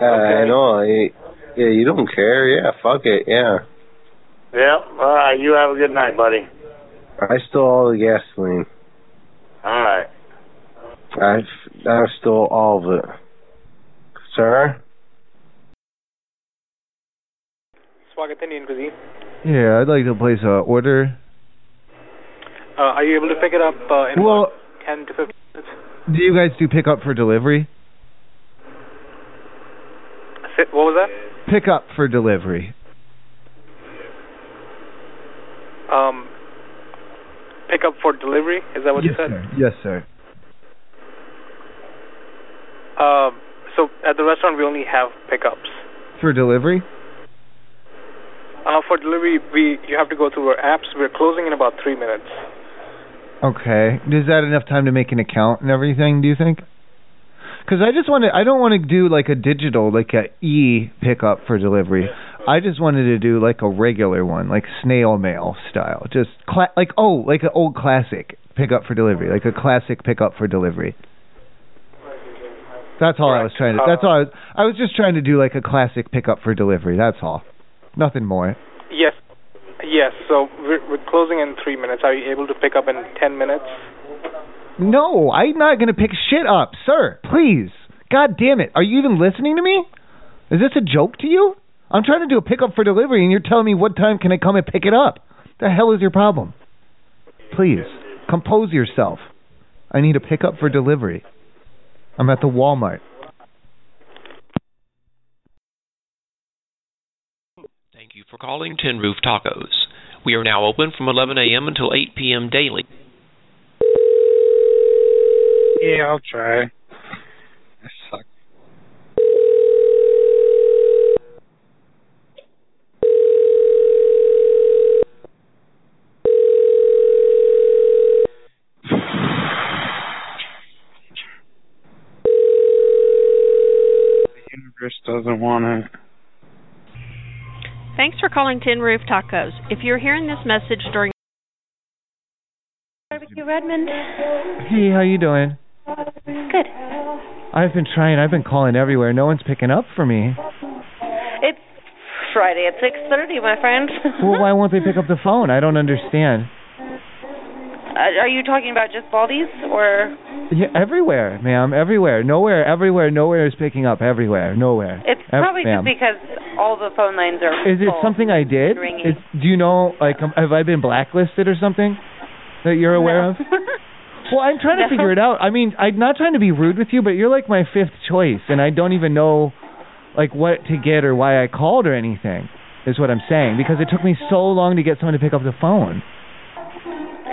S5: Uh, I know. Uh, I- Yeah, you don't care. Yeah, fuck it. Yeah,
S20: yep. All right. You have a good night, buddy.
S5: I stole all the gasoline.
S20: All right.
S5: I I stole all of it. Sir.
S27: Swagat Indian cuisine.
S2: Yeah, I'd like to place a order.
S27: Uh, are you able to pick it up uh, in
S2: Well-
S27: about 10 to 15 minutes?
S2: Do you guys do pickup for delivery?
S27: Fi- What was that?
S2: Pickup for delivery.
S27: Um, pick up for delivery? Is that what you
S2: yes,
S27: said?
S2: sir. Yes, sir.
S27: Um, so at the restaurant, we only have pickups.
S2: For delivery?
S27: Uh, for delivery, we you have to go through our apps. We're closing in about three minutes.
S2: Okay. Is that enough time to make an account and everything? Do you think? Because I just want to. I don't want to do like a digital, like a e pickup for delivery. I just wanted to do like a regular one, like snail mail style. Just cla- like oh, like an old classic pickup for delivery, like a classic pickup for delivery. That's all I was trying to. That's all. I was, I was just trying to do like a classic pickup for delivery. That's all. Nothing more.
S27: Yes, yes. So we're, we're closing in three minutes. Are you able to pick up in 10 minutes?
S2: No, I'm not going to pick shit up, sir. Please. God damn it. Are you even listening to me? Is this a joke to you? I'm trying to do a pickup for delivery and you're telling me what time can I come and pick it up? The hell is your problem? Please, compose yourself. I need a pickup for delivery. I'm at the Walmart.
S19: Thank you for calling Tin Roof Tacos. We are now open from 11 a.m. until 8 p.m. daily.
S9: Yeah, I'll try. The universe doesn't want it.
S28: Thanks for calling Tin Roof Tacos. If you're hearing this message during
S8: Barbecue Redmond.
S2: Hey, how you doing?
S8: Good.
S2: I've been trying. I've been calling everywhere. No one's picking up for me.
S8: It's
S24: Friday at 6:30, my friend.
S2: well, why won't they pick up the phone? I don't understand.
S24: Uh, Are you talking about just Baldi's or
S2: Yeah, everywhere, ma'am, everywhere, nowhere, everywhere, nowhere is picking up. Everywhere, nowhere.
S24: it's
S2: Ev-
S24: probably
S2: ma'am.
S24: just because all the phone lines are
S2: Is it
S24: full.
S2: something I did?
S24: Ringing.
S2: Is, do you know, like, um, have I been blacklisted or something that you're aware of? Well, I'm trying to
S24: No.
S2: figure it out. I mean, I'm not trying to be rude with you, but you're like my fifth choice, and I don't even know, like, what to get or why I called or anything. Is what I'm saying because it took me so long to get someone to pick up the phone.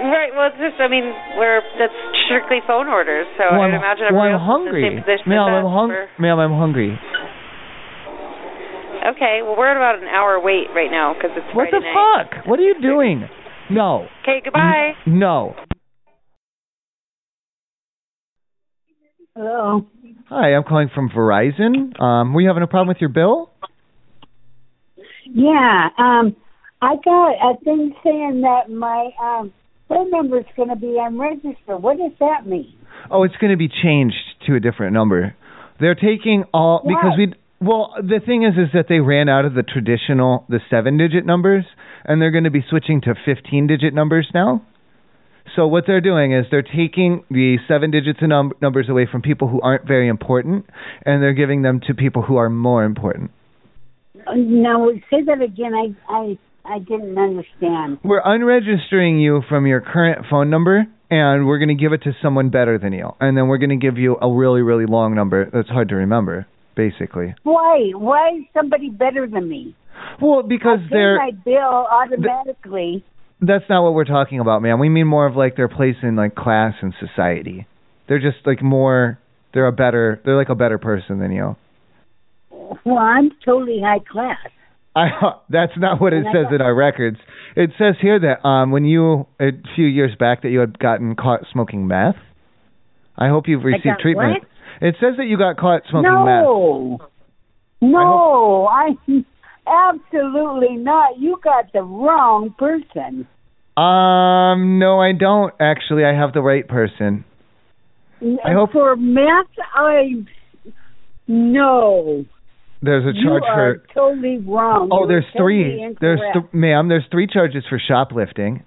S24: Right. Well, it's just I mean we're that's strictly phone orders, so
S2: well,
S24: I
S2: I'm,
S24: would imagine
S2: well, I'm
S24: everyone else is in the
S2: hungry,
S24: same position
S2: ma'am.
S24: as
S2: I'm
S24: us
S2: hungry,
S24: for-
S2: ma'am. I'm hungry.
S24: Okay. Well, we're at about an hour wait right now because it's
S2: What
S24: Friday
S2: the
S24: night.
S2: fuck? What are you doing? No.
S24: Okay. Goodbye.
S2: No.
S12: Hello.
S2: Hi, I'm calling from Verizon. Um, were you having a problem with your bill?
S12: Yeah. Um, I got a thing saying that my um phone number is going to be unregistered. What does that mean?
S2: Oh, it's going to be changed to a different number. They're taking all because we well, the thing is is that they ran out of the traditional the 7-digit numbers and they're going to be switching to 15-digit numbers now. So what they're doing is they're taking the 7 digits and num- numbers away from people who aren't very important and they're giving them to people who are more important.
S12: Uh, No, say that again. I I I didn't understand.
S2: We're unregistering you from your current phone number, and we're going to give it to someone better than you. And then we're going to give you a really, really long number that's hard to remember, basically.
S12: Why? Why is somebody better than me?
S2: Well, because
S12: Pay
S2: they're.
S12: my bill automatically.
S2: That's not what we're talking about, man. We mean more of like their place in like class and society. They're just like more. They're a better. They're like a better person than you.
S12: Well, I'm totally high class.
S2: I, that's not what it
S12: And I
S2: says
S12: don't-
S2: in our records. It says here that um, when you a few years back that you had gotten caught smoking meth. I hope you've received
S12: got
S2: treatment. It says that you got caught smoking
S12: No.
S2: meth.
S12: No, I, absolutely not. You got the wrong person.
S2: Um, no, I don't actually. I have the right person. I hope-
S12: for math. I no.
S2: There's a
S12: you
S2: charge
S12: are
S2: for.
S12: totally wrong.
S2: Oh,
S12: You're
S2: there's
S12: totally
S2: three. There's th-
S12: incorrect.
S2: ma'am. There's three charges for shoplifting.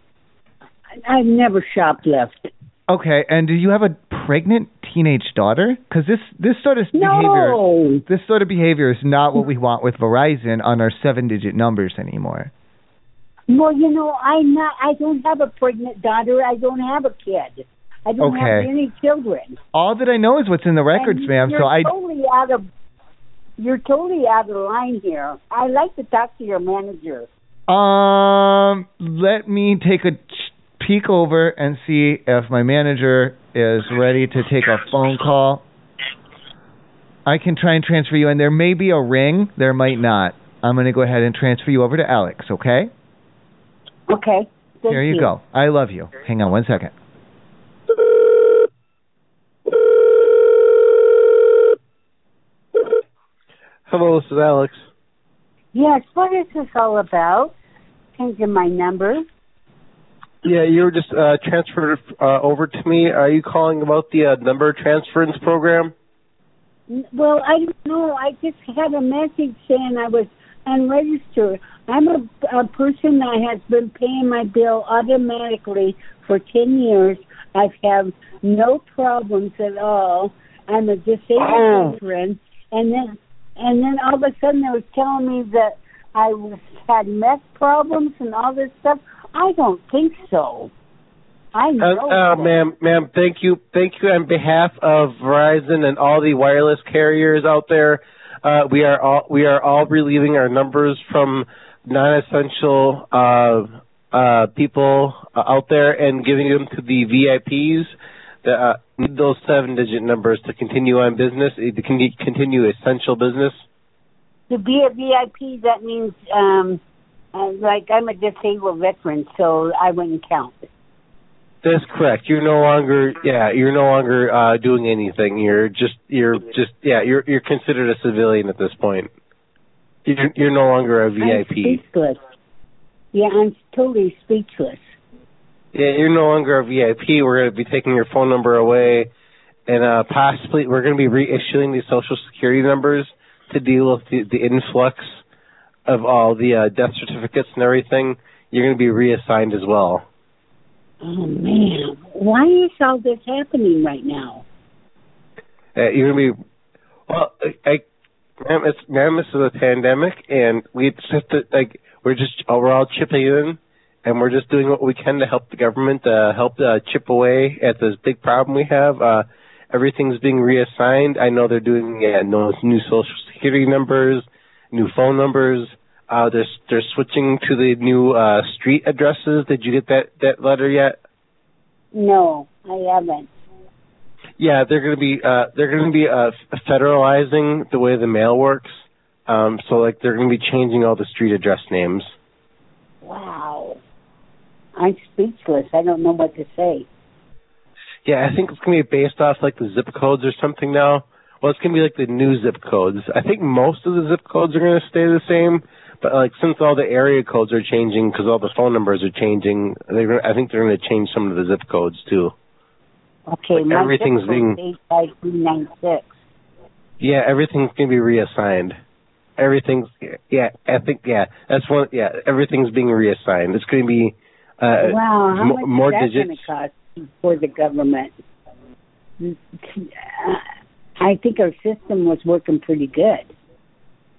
S12: I've never shoplift.
S2: Okay, and do you have a pregnant teenage daughter? Because this this sort of behavior, this sort of behavior is not what we want with Verizon on our seven-digit numbers anymore.
S12: Well, you know, I not. I don't have a pregnant daughter. I don't have a kid. I don't
S2: Okay.
S12: have any children.
S2: All that I know is what's in the records,
S12: And
S2: ma'am.
S12: You're
S2: So I
S12: totally out of. You're totally out of line here. I like to talk to your manager.
S2: um let me take a ch- peek over and see if my manager is ready to take a phone call. I can try and transfer you, and there may be a ring. There might not. I'm going to go ahead and transfer you over to Alex. Okay.
S12: Okay. Thank
S2: Here you,
S12: you
S2: go. I love you. Hang on one second.
S29: Hello, this is Alex.
S12: Yes, what is this all about? Changing my number?
S5: Yeah, you were just uh, transferred uh, over to me. Are you calling about the uh, number transference program?
S12: N- Well, I don't know. I just had a message saying I was unregistered. I'm a, a person that has been paying my bill automatically for 10 years. I've had no problems at all. I'm a
S30: Oh.
S12: disabled veteran. And then, and then all of a sudden they were telling me that I was, had meth problems and all this stuff. I don't think so. I
S5: Uh,
S12: know.
S5: uh, ma'am, ma'am, thank you, thank you on behalf of Verizon and all the wireless carriers out there. Uh, we are all we are all relieving our numbers from non-essential uh, uh, people uh, out there and giving them to the VIPs that uh, need those seven-digit numbers to continue on business, eh, to con- continue essential business.
S12: to be a VIP, that means um, uh, like I'm a disabled veteran, so I wouldn't count.
S5: That's correct. You're no longer yeah, you're no longer uh doing anything. You're just you're just yeah, you're you're considered a civilian at this point. You're you're no longer a VIP.
S12: Speechless. Yeah, I'm totally speechless.
S5: Yeah, you're no longer a VIP. We're gonna be taking your phone number away and uh possibly we're gonna be reissuing these social security numbers to deal with the, the influx of all the uh, death certificates and everything, you're going to be reassigned as well.
S12: Oh man, why is all this happening right now?
S5: Uh, you're going to be well. I, I ma'am, it's ma'am, this is a pandemic, and we just have to like we're just oh, we're all chipping in, and we're just doing what we can to help the government uh, help uh, chip away at this big problem we have. Uh, everything's being reassigned. I know they're doing yeah, no, new social security numbers, new phone numbers. Uh, they're they're switching to the new uh, street addresses. Did you get that that letter yet?
S12: No, I haven't.
S5: Yeah, they're going to be uh, they're going to be uh, f- federalizing the way the mail works. Um, so like they're going to be changing all the street address names.
S12: Wow, I'm speechless. I don't know what to say.
S5: Yeah, I think it's going to be based off like the zip codes or something now. Well, it's going to be like the new zip codes. I think most of the zip codes are going to stay the same, but like since all the area codes are changing because all the phone numbers are changing, they're gonna, I think they're going to change some of the zip codes too.
S12: Okay,
S5: Like,
S12: my
S5: everything's
S12: zip
S5: being-
S12: code is 85296.
S5: Yeah, everything's going to be reassigned. Everything's yeah, I think yeah, that's one yeah, everything's being reassigned. It's going to be uh
S12: wow, how
S5: mo-
S12: much
S5: more
S12: is that
S5: digits.
S12: going to cost for the government? I think our system was working pretty good.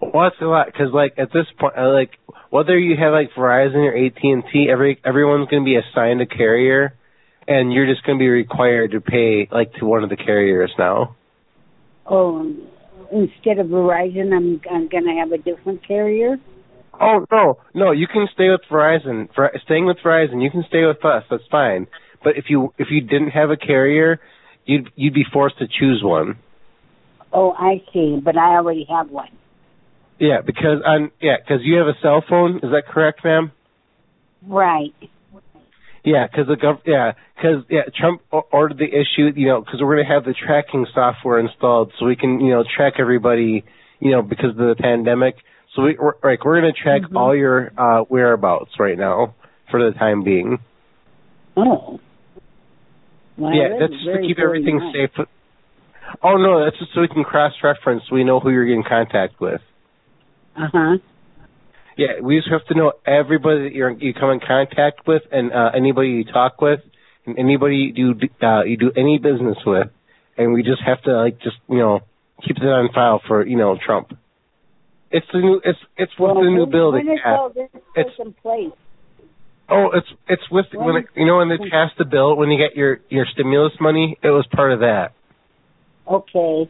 S5: Well, that's a lot because, like, at this point, uh, like, whether you have like Verizon or AT and T, every everyone's going to be assigned a carrier, and you're just going to be required to pay like to one of the carriers now.
S12: Oh, instead of Verizon, I'm I'm going to have a different carrier.
S5: Oh no, no, you can stay with Verizon. For, staying with Verizon, you can stay with us. That's fine. But if you if you didn't have a carrier, you'd you'd be forced to choose one.
S12: Oh, I see, but I already have one.
S5: Yeah, because on yeah, because you have a cell phone. Is that correct, ma'am?
S12: Right.
S5: Yeah, because the gov. Yeah, because yeah, Trump o- ordered the issue. You know, because we're going to have the tracking software installed, so we can you know track everybody. You know, because of the pandemic, so we we're, like we're going to track
S12: Mm-hmm.
S5: all your uh whereabouts right now for the time being.
S12: Oh. Wow,
S5: yeah,
S12: that
S5: that's
S12: is
S5: just to
S12: very,
S5: keep
S12: very
S5: everything
S12: nice.
S5: safe. Oh no, that's just so we can cross-reference. So we know who you're in contact with.
S12: Uh huh.
S5: Yeah, we just have to know everybody that you're you come in contact with, and uh, anybody you talk with, and anybody you do, uh, you do any business with, and we just have to like just you know keep that on file for you know Trump. It's the new it's it's with the new building
S12: When is
S5: act.
S12: all this
S5: It's-
S12: taking place?
S5: Oh, it's it's with when it, you know when they passed the bill when you get your your stimulus money, it was part of that.
S12: Okay.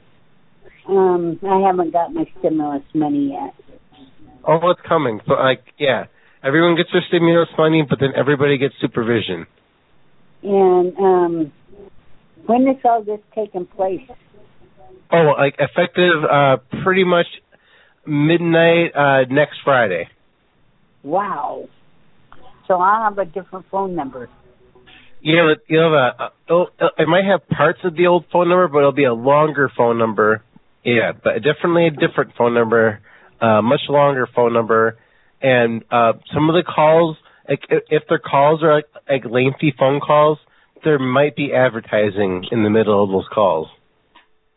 S12: Um, I haven't got my stimulus money yet.
S5: Oh, it's coming. So like yeah, everyone gets their stimulus money, but then everybody gets supervision.
S12: And um, when is all this taking place?
S5: Oh, like effective uh pretty much midnight uh next Friday.
S12: Wow. So I'll have a different phone number.
S5: You know, you have a, a it'll, it'll- it might have parts of the old phone number, but it'll be a longer phone number. Yeah, but definitely a different phone number, uh much longer phone number, and uh some of the calls, like i- if their calls are like, like lengthy phone calls, there might be advertising in the middle of those calls.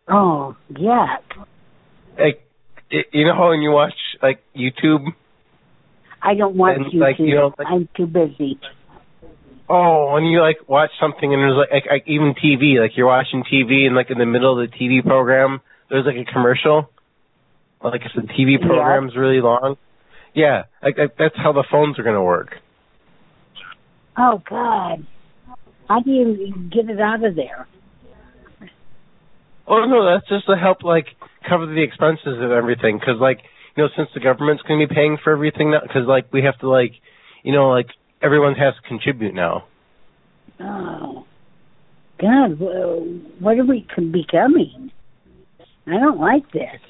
S12: Oh, yeah.
S5: Like i- you know how when you watch like YouTube
S12: I don't want
S5: And,
S12: you
S5: like,
S12: to.
S5: you know, like-
S12: I'm too busy.
S5: Oh, when you like watch something and there's like, like, like even TV, like you're watching TV and like in the middle of the TV program, there's like a commercial. Like if the TV
S12: Yeah.
S5: program's really long, yeah, like, like that's how the phones are gonna work.
S12: Oh God. How do you get it out of there?
S5: Oh no, that's just to help like cover the expenses of everything, because like you know since the government's gonna be paying for everything now, because like we have to like you know like everyone has to contribute now.
S12: Oh. God, wh- what are we c- becoming? I don't like this.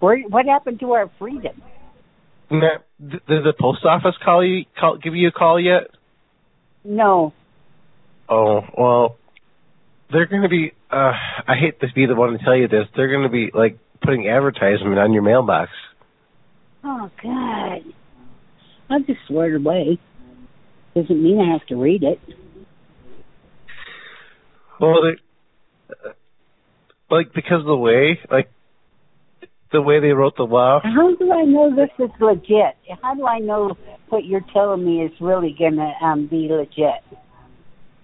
S12: Where, what happened to our freedom?
S5: Matt, th- did the post office call you call give you a call yet?
S12: No.
S5: Oh well, they're going to be. Uh, I hate to be the one to tell you this. They're going to be like putting advertisement on your mailbox.
S12: Oh God. I'll just swear it away. Doesn't mean I have to read it.
S5: Well, they, like because of the way like the way they wrote the law.
S12: How do I know this is legit? How do I know what you're telling me is really gonna um, be legit?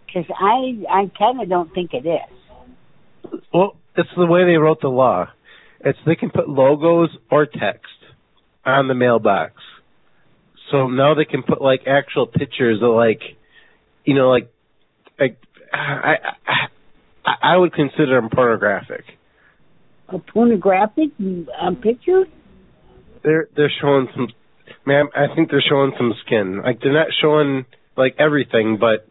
S12: Because I I kind of don't think it is.
S5: Well, it's the way they wrote the law. It's they can put logos or text on the mailbox. So now they can put like actual pictures of like, you know, like, like I I, I would consider them pornographic.
S12: A pornographic um, picture?
S5: They're they're showing some, ma'am. I think they're showing some skin. Like they're not showing like everything, but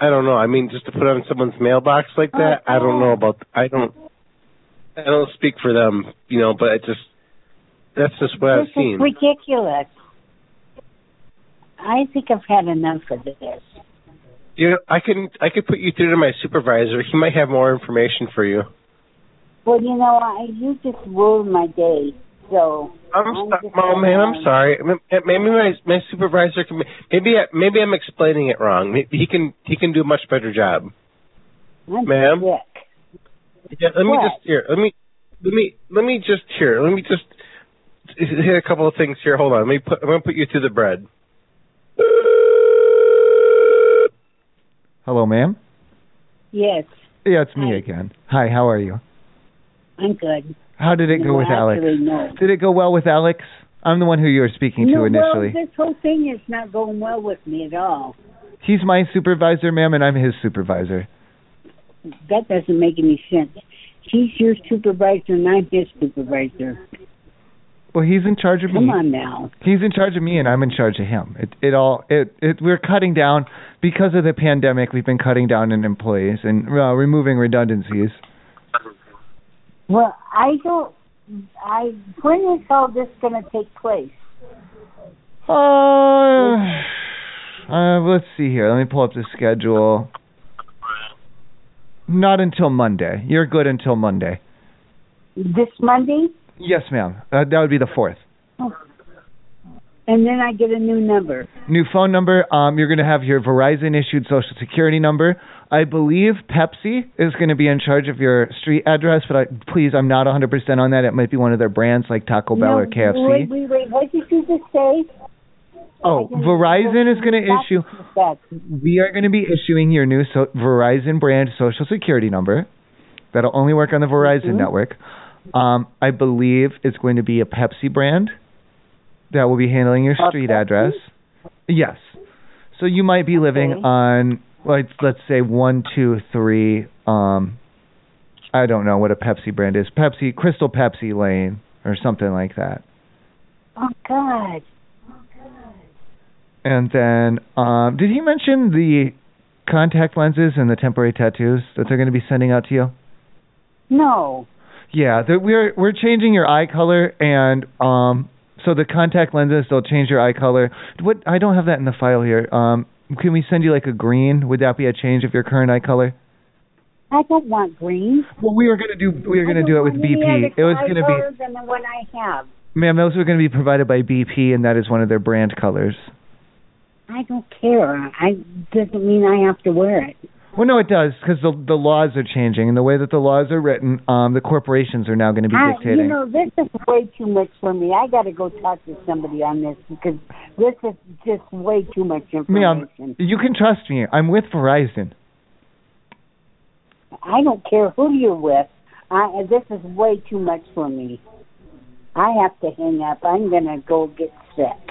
S5: I don't know. I mean, just to put on someone's mailbox like that, I don't know about. I don't. I don't speak for them, you know, but I just that's just what I've
S12: this
S5: seen.
S12: is ridiculous. I think I've had enough of this.
S5: You know, I can I could put you through to my supervisor. He might have more information for you.
S12: Well, you know, I you just ruined my day. So
S5: I'm, so- oh man, I'm sorry. M- m- Maybe my my supervisor can maybe I- maybe I'm explaining it wrong. Maybe he can he can do a much better job. Ma'am. Yeah, let me
S12: What?
S5: just here. Let me let me let me just here. Let me just hit a couple of things here. Hold on. Let me put I'm gonna put you through the bread.
S2: Hello, ma'am.
S12: Yes,
S2: Yeah, it's me again. Hi, how are you?
S12: I'm good.
S2: How did it go
S12: No,
S2: with Alex?
S12: actually, no.
S2: Did it go well with Alex? I'm the one who you were speaking
S12: no,
S2: to initially.
S12: Well, this whole thing is not going well with me at all.
S2: He's my supervisor, ma'am, and I'm his supervisor.
S12: That doesn't make any sense. He's your supervisor, and I'm his supervisor.
S2: Well, he's in charge of
S12: Come
S2: me.
S12: on now.
S2: He's in charge of me, and I'm in charge of him. It, it all it, it we're cutting down because of the pandemic. We've been cutting down on employees and uh, removing redundancies.
S12: Well, I don't. I when is all this going to take place?
S2: Uh, Uh, let's see here. Let me pull up the schedule. Not until Monday. You're good until Monday.
S12: This Monday,
S2: Yes, ma'am. Uh, that would be the fourth.
S12: and then I get a new number.
S2: New phone number. Um, you're going to have your Verizon issued social security number. I believe Pepsi is going to be in charge of your street address, but I, please, I'm not 100% on that. It might be one of their brands like Taco Bell or
S12: No,
S2: KFC.
S12: Wait, wait, wait. What did you just say?
S2: Oh, Verizon is going to issue. We are going to be issuing your new so- Verizon brand social security number. That'll only work on the Verizon network. Um, I believe it's going to be a Pepsi brand that will be handling your street address. Yes. So you might be living on like let's say one, two, three. Um, I don't know what a Pepsi brand is. Pepsi Crystal Pepsi Lane or something like that.
S12: Oh God.
S2: And then, um, did he mention the contact lenses and the temporary tattoos that they're going to be sending out to you?
S12: No.
S2: Yeah, they're- we're we're changing your eye color, and um, so the contact lenses they'll change your eye color. What I don't have that in the file here. Um, can we send you like a green? Would that be a change of your current eye color?
S12: I don't want green.
S2: Well, we were gonna do we were gonna do it with BP. It was gonna be,
S12: than the one I have.
S2: ma'am. Those were gonna be provided by BP, and that is one of their brand colors.
S12: I don't care. I doesn't mean I have to wear it.
S2: Well, no, it does because the the laws are changing, and the way that the laws are written, um, the corporations are now going to be
S12: I,
S2: dictating.
S12: you know, this is way too much for me. I got to go talk to somebody on this because this is just way too much information.
S2: Ma'am, you can trust me. I'm with Verizon.
S12: I don't care who you're with. I this is way too much for me. I have to hang up. I'm gonna go get sick.